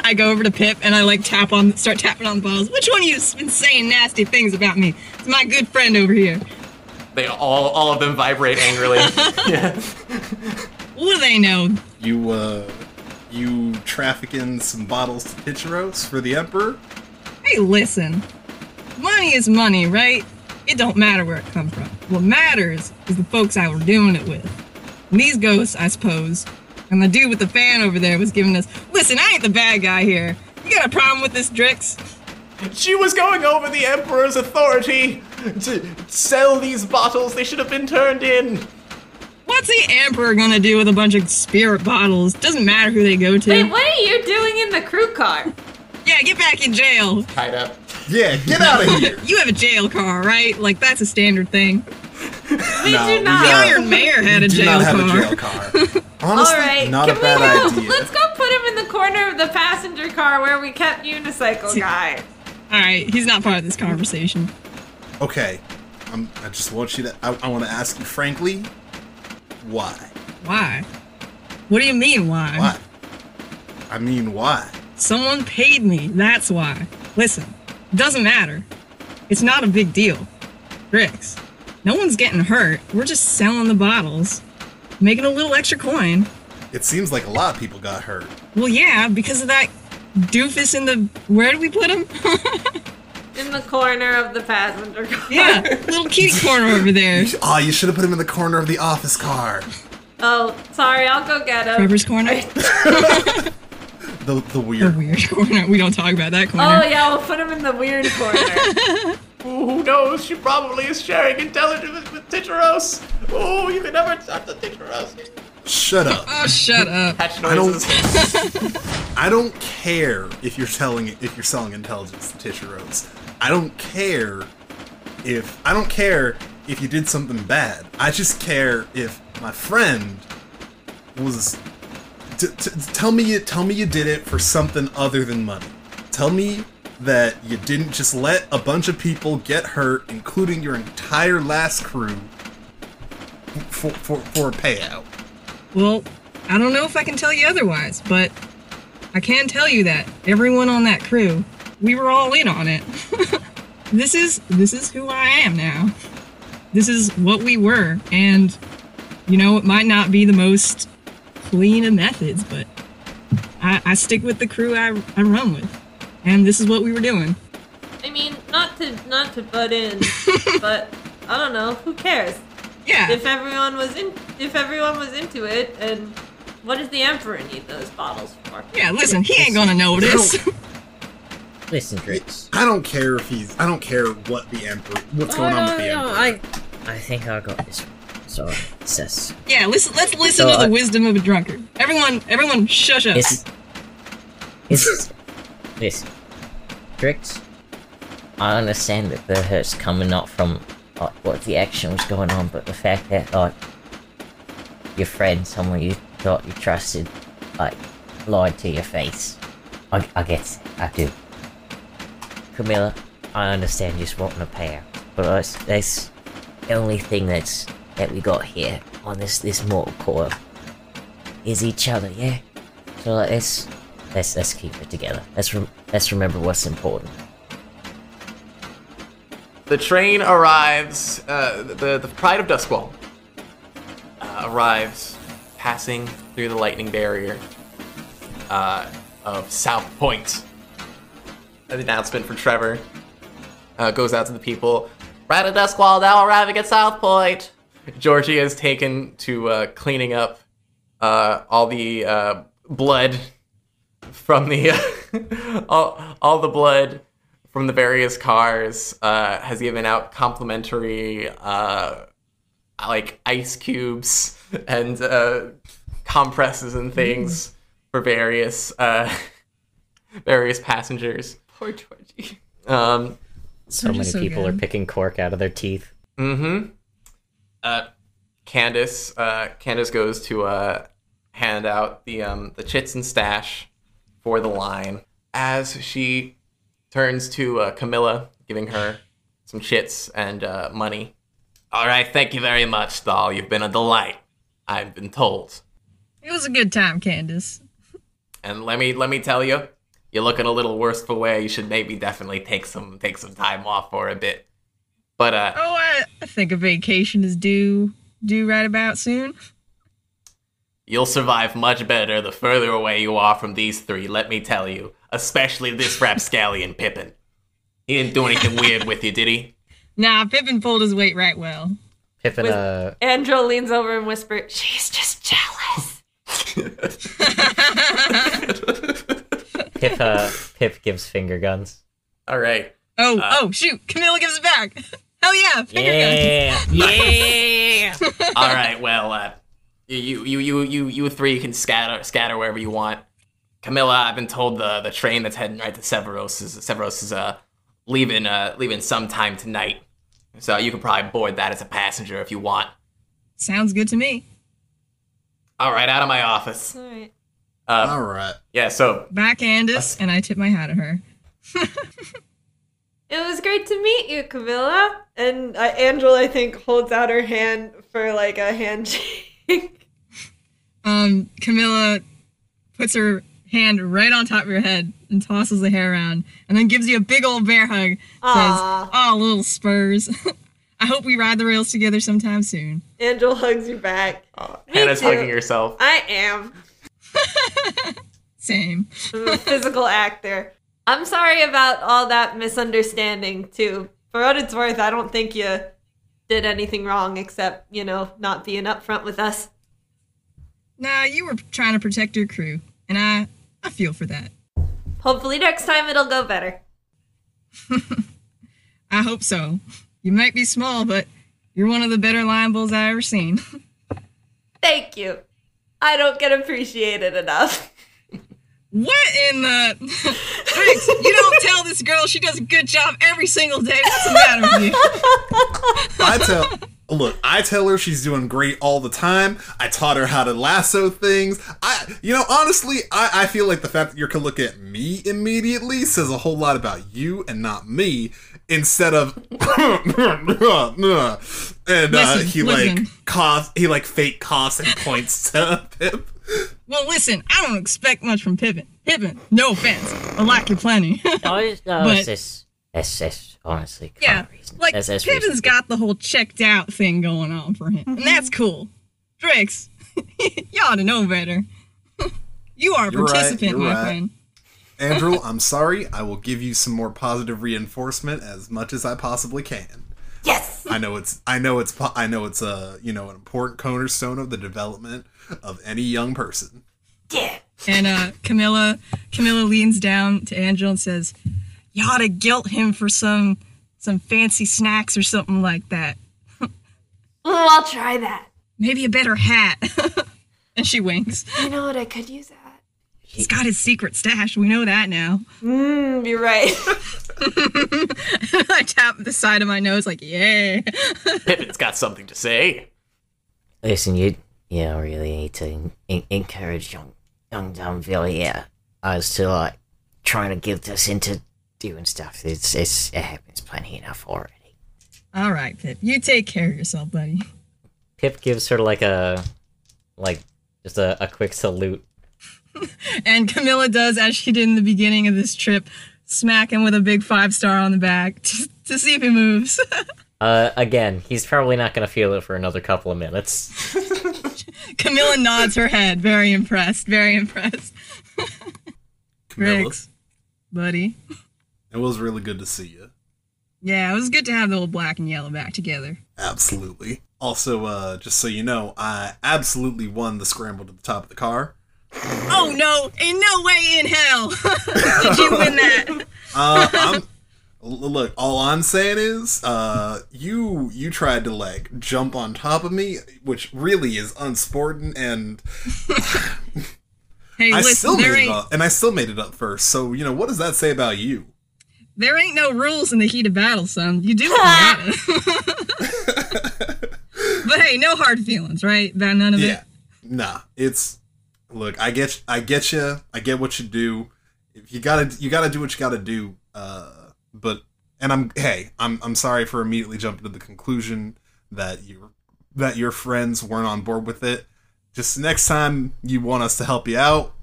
S4: I go over to Pip and I like tap on, start tapping on the balls. Which one of you's been saying nasty things about me? It's my good friend over here.
S2: They all all of them vibrate angrily. yeah.
S4: What do they know?
S3: You uh, you traffic in some bottles to Picheros for the Emperor.
S4: Hey, listen. Money is money, right? It don't matter where it come from. What matters is the folks I were doing it with. And these ghosts, I suppose. And the dude with the fan over there was giving us. Listen, I ain't the bad guy here. You got a problem with this, Drix?
S2: She was going over the Emperor's authority to sell these bottles. They should have been turned in.
S4: What's the Emperor gonna do with a bunch of spirit bottles? Doesn't matter who they go to.
S1: Wait, what are you doing in the crew car?
S4: Yeah, get back in jail.
S2: Tied up.
S3: Yeah, get out of here.
S4: You have a jail car, right? Like that's a standard thing.
S1: We
S3: No,
S1: do
S3: we
S1: not.
S3: don't.
S4: The Iron Mayor had a
S3: do
S4: jail
S3: not
S4: car.
S3: have a jail car. Honestly,
S1: All right,
S3: not
S1: can
S3: a bad
S1: we go?
S3: idea.
S1: Let's go put him in the corner of the passenger car where we kept unicycle guy.
S4: All right, he's not part of this conversation.
S3: Okay, I'm, I just want you to. I, I want to ask you frankly, why?
S4: Why? What do you mean why?
S3: Why? I mean, why?
S4: Someone paid me. That's why. Listen, doesn't matter. It's not a big deal. Ricks, no one's getting hurt. We're just selling the bottles, making a little extra coin.
S3: It seems like a lot of people got hurt.
S4: Well, yeah, because of that doofus in the where did we put him?
S1: In the corner of the passenger car.
S4: yeah, little kitty corner over there.
S3: Ah, you should have put him in the corner of the office car.
S1: Oh, sorry, I'll go get him.
S4: Trevor's corner.
S3: The the
S4: The
S3: weird.
S4: weird corner. We don't talk about that corner.
S1: Oh yeah, we'll put him in the weird corner.
S2: Ooh, who knows? She probably is sharing intelligence with, with Titteros. Oh, you can never touch the Titteros.
S3: Shut up.
S4: oh, shut up.
S2: Patch
S3: I don't.
S2: noises.
S3: I don't care if you're telling if you're selling intelligence to Tisha Rose. I don't care if I don't care if you did something bad. I just care if my friend was. T- t- tell me you tell me you did it for something other than money. Tell me that you didn't just let a bunch of people get hurt, including your entire last crew, for for, for a payout.
S4: Well, I don't know if I can tell you otherwise, but I can tell you that everyone on that crew, we were all in on it. this is this is who I am now. This is what we were, and you know it might not be the most clean of methods, but I, I stick with the crew I, I run with, and this is what we were doing.
S1: I mean, not to not to butt in, but I don't know. Who cares?
S4: Yeah,
S1: If everyone was in, if everyone was into it, and what does the emperor need those bottles for?
S4: yeah. Listen, he ain't gonna notice.
S7: Listen, Drix.
S3: I don't care if he's. I don't care what the emperor. What's going on with the emperor?
S7: I, I think I got this. one. Sorry, sis.
S4: yeah, listen. Let's listen
S7: So
S4: to the
S7: I-
S4: wisdom of a drunkard. Everyone, everyone, shush up.
S7: It's, it's, listen, Drix. I understand that the hurt's coming not from like what the action was going on, but the fact that like your friend, someone you thought you trusted, like lied to your face. I, I guess I do. Camilla, I understand you just wanting a pair, but that's, that's the only thing that's that we got here on this this mortal coil is each other, yeah. So like, let's let's let's keep it together. Let's rem- let's remember what's important.
S2: The train arrives. Uh, the the Pride of Duskwall uh, arrives passing through the lightning barrier uh, of South Point. An announcement for Trevor uh, goes out to the people. Rather Duskwall now arriving at South Point. Georgie has taken to uh, cleaning up uh, all the uh, blood from the all, all the blood from the various cars. Uh, has given out complimentary uh, like ice cubes and uh, compresses and
S1: Mm.
S2: things for various uh, various passengers.
S1: Poor Georgie.
S2: Um,
S6: So many people are picking cork out of their teeth.
S2: Mm-hmm. Uh, Candace, uh, Candace goes to uh, hand out the um, the chits and stash for the line as she turns to uh, Camilla, giving her some chits and uh, money. All right, thank you very much, Thal. You've been a delight. I've been told,
S4: It was a good time, Candace.
S2: and let me let me tell you, you're looking a little worse for wear. You should maybe definitely take some take some time off for a bit. But uh,
S4: Oh, I, I think a vacation is due due right about soon.
S2: You'll survive much better the further away you are from these three, let me tell you. Especially this rapscallion Pippin. He didn't do anything weird with you, did he?
S4: Nah, Pippin pulled his weight right well.
S6: Pippin,
S1: With-
S6: uh,
S1: Andro leans over and whispers, "She's just jealous."
S6: Pip, uh, Pip gives finger guns.
S2: All right. Uh,
S4: Oh,
S6: Uh,
S4: oh, shoot! Camilla gives it back. Hell yeah! Finger guns.
S6: Yeah,
S7: Yeah!
S2: All right. Well, uh, you, you, you, you, you three can scatter, scatter wherever you want. Camilla, I've been told the the train that's heading right to Severos is Severos is uh leaving uh leaving sometime tonight. So you can probably board that as a passenger if you want.
S4: Sounds good to me.
S2: All right, out of my office.
S1: All right.
S2: Uh,
S3: All right.
S2: yeah. So
S4: Bye, Candace, and I tip my hat at her.
S1: It was great to meet you, Camilla. And uh, Angela, I think, holds out her hand for like a handshake.
S4: Um, Camilla puts her hand right on top of your head and tosses the hair around, and then gives you a big old bear hug. Says,
S1: Aw.
S4: "Oh, little spurs. I hope we ride the rails together sometime soon."
S1: Angela hugs you back.
S2: Hannah's
S1: too.
S2: hugging herself.
S1: I am
S4: Same.
S1: I'm a physical actor. I'm sorry about all that misunderstanding too. For what it's worth, I don't think you did anything wrong except you know not being upfront with us.
S4: Nah, you were trying to protect your crew, and I I feel for that.
S1: Hopefully next time it'll go better.
S4: I hope so. You might be small, but you're one of the better lion bulls I ever seen.
S1: Thank you. I don't get appreciated enough.
S4: What in the Briggs, you don't tell this girl she does a good job every single day. What's the matter with you?
S3: I tell look, I tell her she's doing great all the time. I taught her how to lasso things. I you know, honestly, I, I feel like the fact that you can look at me immediately says a whole lot about you and not me. Instead of and uh,
S4: Listen,
S3: he
S4: listen.
S3: like coughs he like fake coughs and points to Pip.
S4: Well listen, I don't expect much from Pippin. Pippin, no offense. I like you plenty.
S7: No, it's, no,
S4: But-
S7: it's just, that's just honestly
S4: yeah.
S7: kind reason.
S4: Like
S7: that's, that's
S4: Pippin's
S7: reason.
S4: got the whole checked out thing going on for him. And that's cool. Drix, you ought to know better. you are a
S3: You're right,
S4: participant,
S3: you're
S4: my
S3: right.
S4: friend.
S3: Andrew, I'm sorry. I will give you some more positive reinforcement as much as I possibly can.
S1: Yes.
S3: I know it's I know it's po- I know it's a you know an important cornerstone of the development of any young person.
S1: Yeah.
S4: And uh, Camilla, Camilla leans down to Angela and says, "You ought to guilt him for some some fancy snacks or something like that.
S1: Ooh, I'll try that.
S4: Maybe a better hat." and she winks.
S1: You know what I could use that.
S4: He's got his secret stash. We know that now.
S1: Mm, you're right.
S4: I tap the side of my nose like, "Yeah."
S2: Pippin's got something to say.
S7: Listen, you, you don't really need to en- en- encourage young, young Dunville here as to like trying to guilt us into doing stuff. It's, it's, it happens plenty enough already.
S4: All right, Pip. You take care of yourself, buddy.
S6: Pip gives her like a, like just a, a quick salute.
S4: And Camilla does as she did in the beginning of this trip, smack him with a big five star on the back to, to see if he moves.
S6: Uh, again, he's probably not gonna feel it for another couple of minutes.
S4: Camilla nods her head, very impressed, very impressed.
S3: Camilla,
S4: Riggs, buddy.
S3: It was really good to see you.
S4: Yeah, it was good to have the old black and yellow back together.
S3: Absolutely. Also, uh, just so you know, I absolutely won the scramble to the top of the car.
S4: Oh no! Ain't no way in hell did you win that.
S3: Uh, I'm, l- look, all I'm saying is, uh, you you tried to like jump on top of me, which really is unsporting, and
S4: Hey,
S3: I
S4: listen,
S3: still made
S4: there
S3: it
S4: ain't
S3: up, and I still made it up first. So you know, what does that say about you?
S4: there ain't no rules in the heat of battle, son. You do what you gotta. but hey, no hard feelings, right? About none of
S3: Yeah, nah, it's look, I get I get you, I get what you do. If you gotta you gotta do what you gotta do. Uh, but and I'm hey, I'm I'm sorry for immediately jumping to the conclusion that you that your friends weren't on board with it. Just next time you want us to help you out,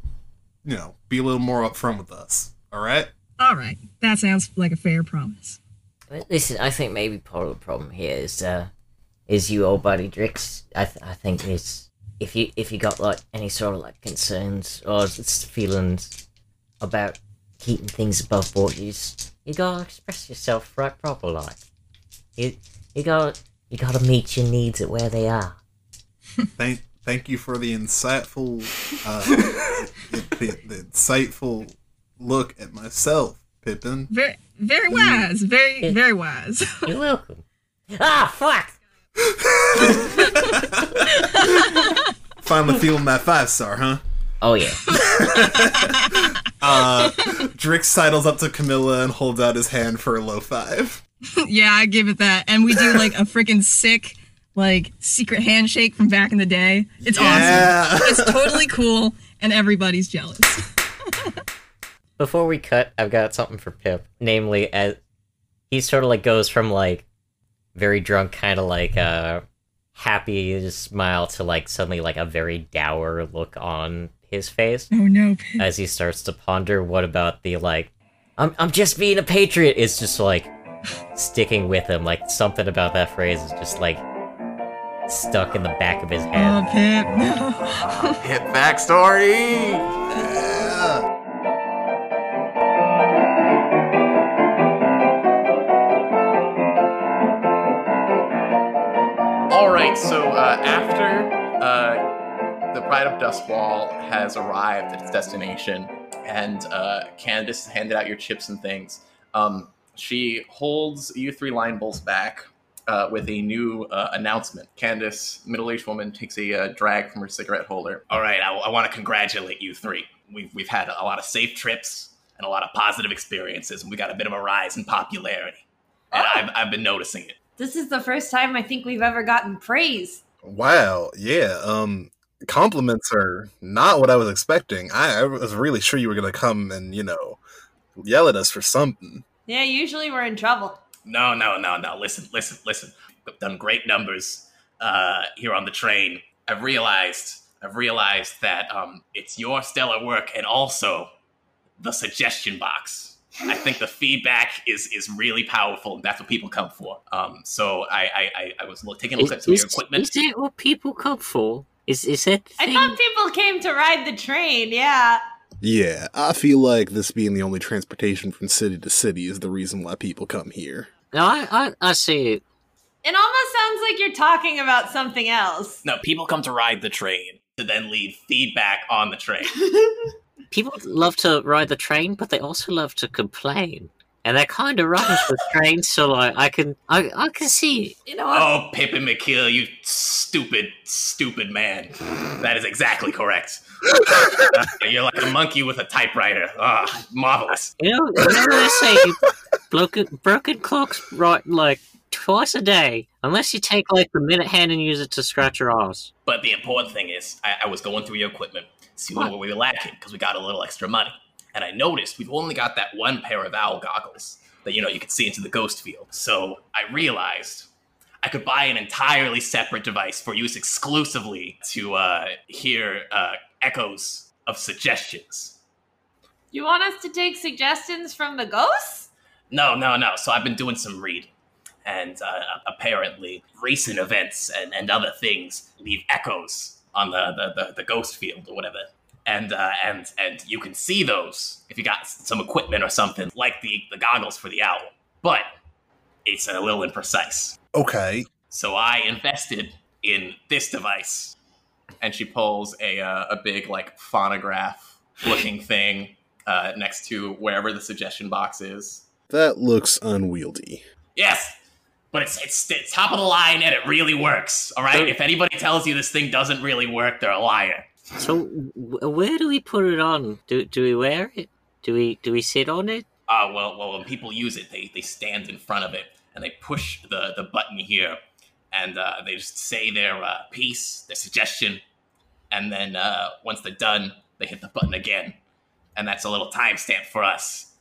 S3: you know, be a little more upfront with us. All right.
S4: it. All right, that sounds like a fair promise.
S9: But listen, I think maybe part of the problem here is uh, is you old buddy Drix. I th- I think is if you if you got like any sort of like concerns or just feelings about keeping things above board, you just, you gotta express yourself right proper like. You you gotta you gotta meet your needs at where they are.
S3: Thank thank you for the insightful uh, the, the, the insightful look at myself, Pippin.
S4: Very, very wise. Very, very wise.
S9: You're welcome. ah fuck!
S3: Finally feeling that five star, huh?
S9: Oh yeah.
S3: Uh, Drix sidles up to Camilla and holds out his hand for a low five.
S4: yeah, I give it that. And we do like a freaking sick, like secret handshake from back in the day. It's
S3: Yeah.
S4: awesome. It's totally cool, and everybody's jealous.
S6: Before we cut, I've got something for Pip. Namely, as he sort of like goes from like very drunk, kind of like uh, happy smile to like suddenly like a very dour look on his face
S4: Oh no, Pip.
S6: as he starts to ponder what about the like, I'm I'm just being a patriot is just like sticking with him. Like something about that phrase is just like stuck in the back of his head.
S4: Oh, Pip. No.
S10: Hit backstory. All right, so uh, after uh, the Bride of Dustwall has arrived at its destination, and uh, Candace has handed out your chips and things, um, she holds you three line bulls back uh, with a new uh, announcement. Candace, middle-aged woman, takes a uh, drag from her cigarette holder. All right, I, I want to congratulate you three. We've we've had a lot of safe trips and a lot of positive experiences, and we got a bit of a rise in popularity.
S2: Ah!
S10: And I've I've been noticing it.
S1: This is the first time I think we've ever gotten praise.
S3: Wow, yeah. Um, compliments are not what I was expecting. I, I was really sure you were gonna come and you know yell at us for something.
S1: Yeah, usually we're in trouble.
S10: No, no, no, no. Listen, listen, listen. I've done great numbers uh, here on the train. I've realized, I've realized that um, it's your stellar work and also the suggestion box. I think the feedback is is really powerful, and that's what people come for. Um, so I I, I, I was look, taking a look at some of your equipment.
S9: it what people come for? Is is that
S1: I thought people came to ride the train, yeah.
S3: Yeah, I feel like this being the only transportation from city to city is the reason why people come here.
S9: No, I, I I see it.
S1: It almost sounds like you're talking about something else.
S10: No, people come to ride the train to then leave feedback on the train.
S9: people love to ride the train, but they also love to complain, and they're kind of rubbish with trains. So like, I can, I, I can see it.
S1: You know what?
S10: oh, Pippin McKill, you stupid, stupid man. That is exactly correct. You're like a monkey with a typewriter. Ah, marvelous.
S9: You know, you know what I say? You broken, broken clocks right like twice a day, unless you take like the minute hand and use it to scratch your ass.
S10: But the important thing is, I, I was going through your equipment, seeing what we were lacking, because we got a little extra money. And I noticed we've only got that one pair of owl goggles that, you know, you can see into the ghost field. So I realized I could buy an entirely separate device for use exclusively to uh, hear uh, echoes of suggestions.
S1: You want us to take suggestions from the ghosts?
S10: No, no, no. So I've been doing some reading. And uh, apparently, recent events and, and other things leave echoes on the the, the, the ghost field or whatever. And uh, and and you can see those if you got s- some equipment or something like the the goggles for the owl. But it's a little imprecise.
S11: Okay.
S10: So I invested in this device. And she pulls a uh, a big like phonograph looking thing uh, next to wherever the suggestion box is.
S3: That looks unwieldy.
S10: Yes, but it's it's, it's top of the line and it really works. All right. If anybody tells you this thing doesn't really work, they're a liar.
S9: So w- where do we put it on? Do do we wear it? Do we do we sit on it?
S10: Ah, well, well, when people use it, they they stand in front of it and they push the the button here, and uh, they just say their uh, piece, their suggestion, and then uh, once they're done, they hit the button again, and that's a little timestamp for us.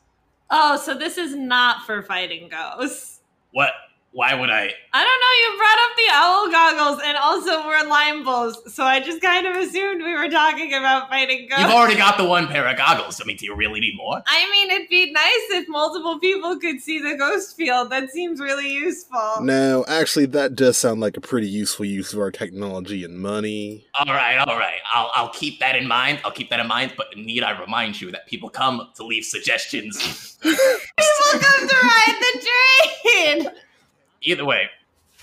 S1: Oh, so this is not for fighting ghosts.
S10: What? Why would I?
S1: I don't know. You brought up the owl goggles, and also we're lime bulls, so I just kind of assumed we were talking about fighting ghosts.
S10: You've already got the one pair of goggles. I mean, do you really need more?
S1: I mean, it'd be nice if multiple people could see the ghost field. That seems really useful.
S3: No, actually, that does sound like a pretty useful use of our technology and money.
S10: All right, all right. I'll, I'll keep that in mind. I'll keep that in mind. But need I remind you that people come to leave suggestions?
S1: People come to ride the train.
S10: Either way,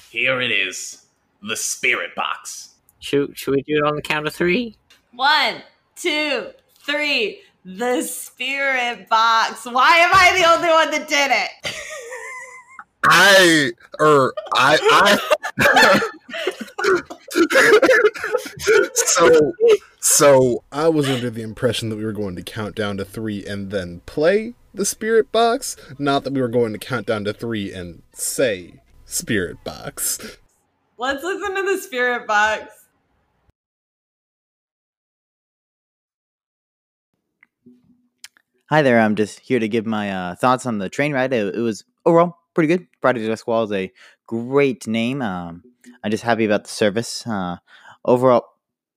S10: here it is the spirit box.
S9: Should should we do it on the count of three?
S1: One, two, three. The spirit box. Why am I the only one that did it?
S3: I or I I So so I was under the impression that we were going to count down to 3 and then play the spirit box, not that we were going to count down to 3 and say spirit box.
S1: Let's listen to the spirit box.
S12: Hi there. I'm just here to give my uh, thoughts on the train ride. It, it was overall pretty good. Friday to Squall is a great name. Um, I'm just happy about the service. Uh, overall,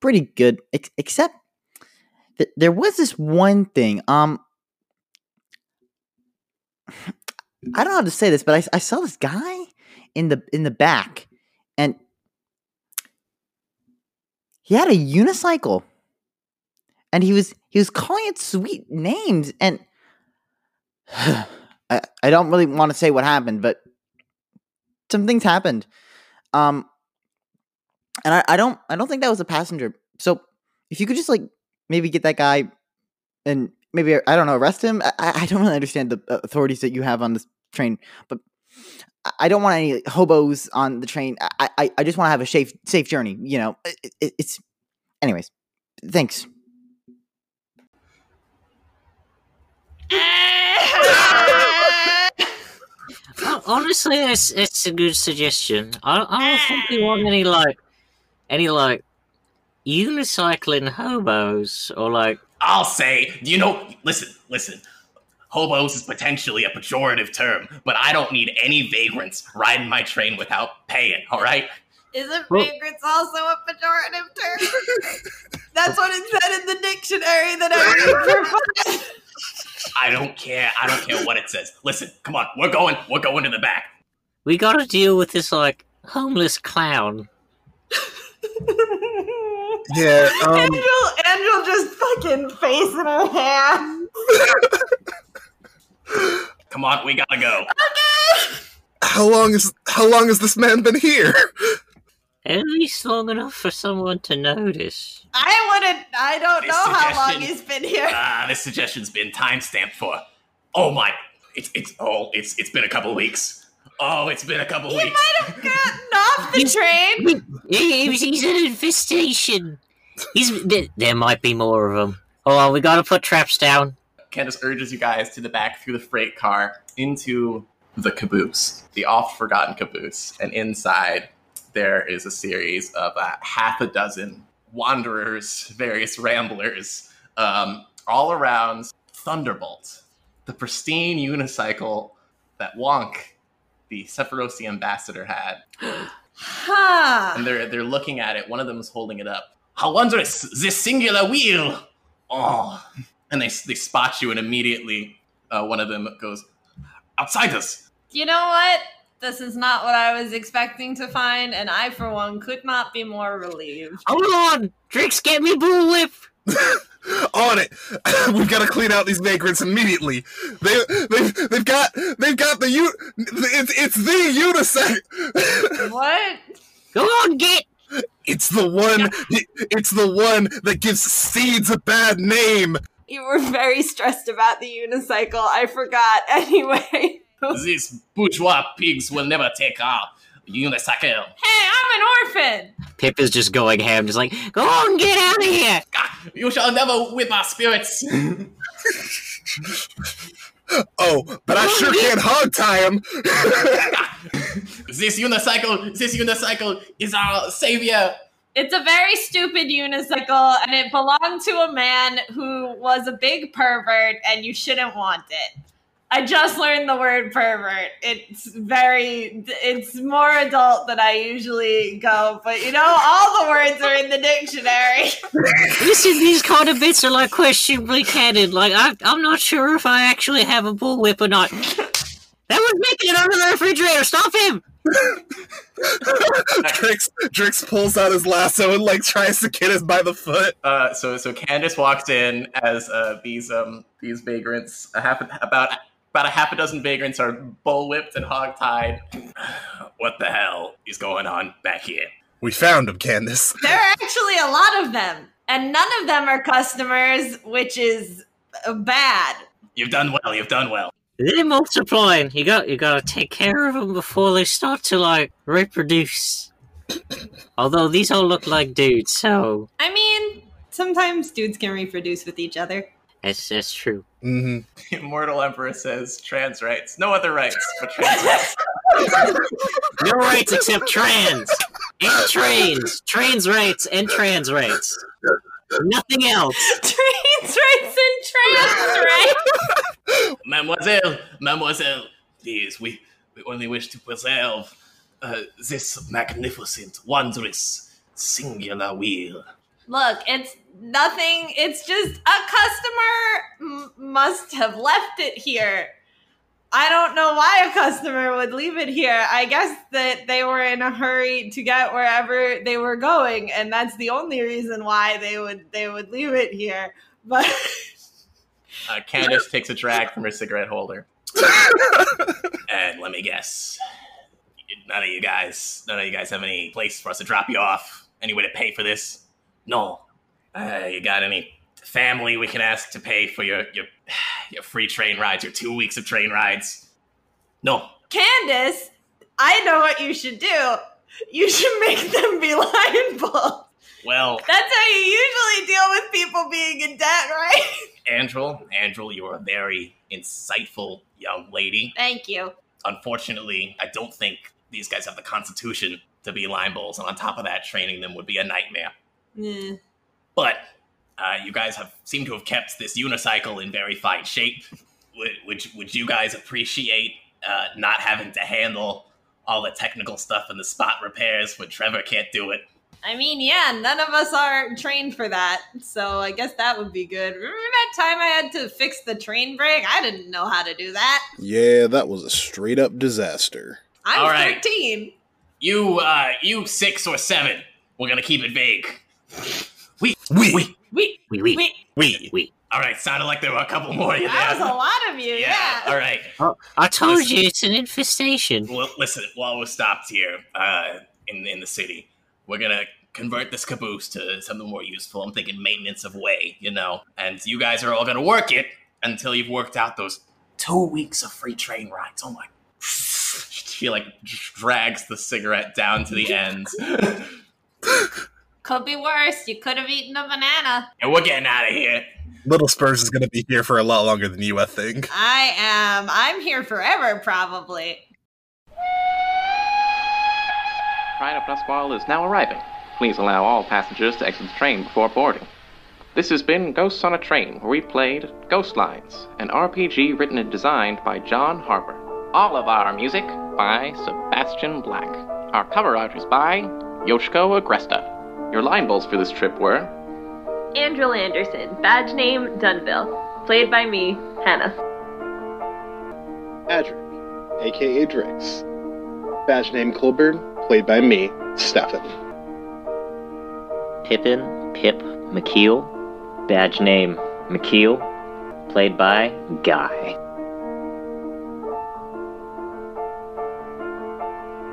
S12: pretty good. Ex- except th- there was this one thing. Um, I don't know how to say this, but I, s- I saw this guy in the in the back, and he had a unicycle and he was he was calling it sweet names and I, I don't really want to say what happened but some things happened um and I, I don't i don't think that was a passenger so if you could just like maybe get that guy and maybe i don't know arrest him i, I I don't really understand the uh, authorities that you have on this train but I- I don't want any hobos on the train. I I, I just want to have a safe safe journey. You know, it, it, it's, anyways. Thanks.
S9: Hon- Oh, Honestly, that's that's a good suggestion. I, I don't think we want any like any like unicycling hobos or like
S10: I'll say, you know, listen, listen. Hobos is potentially a pejorative term, but I don't need any vagrants riding my train without paying, all right?
S1: Isn't
S9: Well-
S1: vagrants also a pejorative term? That's what it said in the dictionary that I read for fun.
S10: I don't care. I don't care what it says. Listen, come on. We're going. We're going to the back.
S9: we got to deal with this like homeless clown.
S3: Yeah,
S9: um,
S3: um,
S1: Angel, Angel just fucking face in her hand.
S10: Come on, we gotta go.
S3: how long is how long has this man been here?
S9: At least long enough for someone to notice.
S1: I wouldn't. I don't
S10: This
S1: know how long
S10: suggestion-
S1: he's been here.
S10: Ah, this suggestion's been timestamped for. Oh my! It's it's oh it's it's been a couple weeks. Oh, it's been a couple
S1: He
S10: weeks.
S1: might have gotten off the train.
S9: He- He's, he's an infestation. He's there, there might be more of them. Hold on, we got to put traps down.
S10: Candace urges you guys to the back through the freight car into the caboose, the oft forgotten caboose. And inside, there is a series of uh, half a dozen wanderers, various ramblers, um, all around Thunderbolt, the pristine unicycle that Wonk, the Sephirothi ambassador, had.
S1: Huh.
S10: and they're they're looking at it. One of them is holding it up. How wondrous this singular wheel! Oh, and they they spot you, and immediately uh, one of them goes, "Outsiders!"
S1: You know what? This is not what I was expecting to find, and I, for one, could not be more relieved.
S9: Hold on! Drix, get me Bull Whip!
S3: on it. We've got to clean out these vagrants immediately. They they've they've got they've got the u it's it's the unisex.
S1: What?
S9: Go on, get.
S3: It's the one. It's the one that gives seeds a bad name.
S1: You were very stressed about the unicycle. I forgot. Anyway.
S10: These bourgeois pigs will never take our unicycle.
S1: Hey, I'm an orphan!
S9: Pip is just going ham, just like, go on, get out of here!
S10: Ah, You shall never whip our spirits.
S3: oh, but I sure can't hog tie him.
S10: Ah, this unicycle, this unicycle is our savior.
S1: It's a very stupid unicycle, and it belonged to a man who was a big pervert, and you shouldn't want it. I just learned the word pervert. It's very, it's more adult than I usually go, but you know, all the words are in the dictionary.
S9: Listen, these kind of bits are like questionably canon. Like, I, I'm not sure if I actually have a bullwhip or not. That was making it under the refrigerator. Stop him!
S3: Drix Drix pulls out his lasso and like tries to get us by the foot.
S2: Uh, so so Candace walks in as uh, these um these vagrants a half about about a half a dozen vagrants are bull whipped and hogtied.
S10: What the hell is going on back here?
S3: We found him, Candace.
S1: There are actually a lot of them, and none of them are customers, which is uh, bad.
S10: You've done well. You've done well.
S9: They're multiplying. You got you got to take care of them before they start to like reproduce. Although these all look like dudes, so
S1: I mean, sometimes dudes can reproduce with each other.
S9: that's that's true.
S3: Mm-hmm.
S2: The Immortal Emperor says trans rights, no other rights but trans rights.
S9: No rights except trans and trans, trans rights and trans rights. Nothing else.
S1: Trans rights and trans rights.
S10: Mademoiselle, mademoiselle, please, we, we only wish to preserve uh, this magnificent, wondrous, singular wheel.
S1: Look, it's nothing. It's just a customer Mm, m- must have left it here. I don't know why a customer would leave it here. I guess that they were in a hurry to get wherever they were going, and that's the only reason why they would they would leave it here. But
S2: Uh, Candace takes a drag from her cigarette holder.
S10: And let me guess, none of you guys, none of you guys have any place for us to drop you off? Any way to pay for this? No. Uh, you got any family we can ask to pay for your your your free train rides, your two weeks of train rides? No.
S1: Candace, I know what you should do. You should make them be blindfolded.
S10: Well,
S1: That's how you usually deal with people being in debt, right?
S10: Andrel, Andrel, you are a very insightful young lady.
S1: Thank you.
S10: Unfortunately, I don't think these guys have the constitution to be line bulls, and on top of that, training them would be a nightmare.
S1: Mm.
S10: But uh, you guys have seem to have kept this unicycle in very fine shape. Would would, you- would you guys appreciate uh, not having to handle all the technical stuff and the spot repairs when Trevor can't do it?
S1: I mean, yeah, none of us are trained for that, so I guess that would be good. Remember that time I had to fix the train brake? I didn't know how to do that.
S13: Yeah, that was a straight up disaster.
S1: I'm
S10: All right.
S1: 13.
S10: You uh, you six or seven. We're gonna keep it vague. We we we
S1: We,
S9: we,
S1: we.
S10: we we. All right, sounded like there were a couple more. of You
S1: That was
S10: there.
S1: a lot of you, yeah.
S10: All right.
S9: Oh, I told you it's an infestation.
S10: Well, listen, while we're stopped here uh, in in the city, we're gonna convert this caboose to something more useful. I'm thinking maintenance of way, you know. And you guys are all gonna work it until you've worked out those two weeks of free train rides. Oh my! She like drags the cigarette down to the end,
S1: Could be worse. You could have eaten a banana.
S10: and we're getting out of here.
S3: Little Spurs is gonna be here for a lot longer than you, I think.
S1: I am. I'm here forever, probably.
S5: Pride of Duskwall is now arriving. Please allow all passengers to exit the train before boarding. This has been Ghosts on a Train, where we played Ghost Lines, an RPG written and designed by John Harper. All of our music by Sebastian Black. Our cover art is by Yoshiko Agresta. Your line bulls for this trip were
S14: Andrew Anderson, badge name Dunville, played by me, Hannah.
S15: Adric, aka Drix.
S3: Badge name Colbert, played by me, Stefan.
S6: Pippin Pip McKeel. Badge name McKeel. Played by Guy.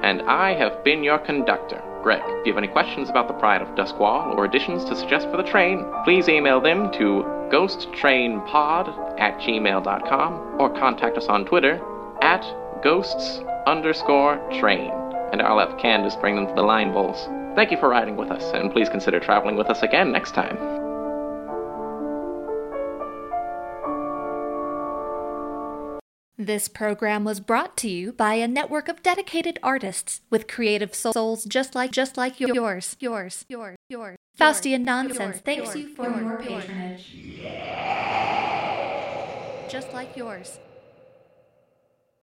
S2: And I have been your conductor, Greg. If you have any questions about the Pride of Duskwall or additions to suggest for the train, please email them to ghosttrainpod at gmail.com or contact us on Twitter at ghosts underscore train. And I'll have Candace bring them to the line bowls. Thank you for riding with us, and please consider traveling with us again next time.
S16: This program was brought to you by a network of dedicated artists with creative souls just like just like yours, yours, yours, yours. Faustian nonsense thanks you for your patronage. Just like yours.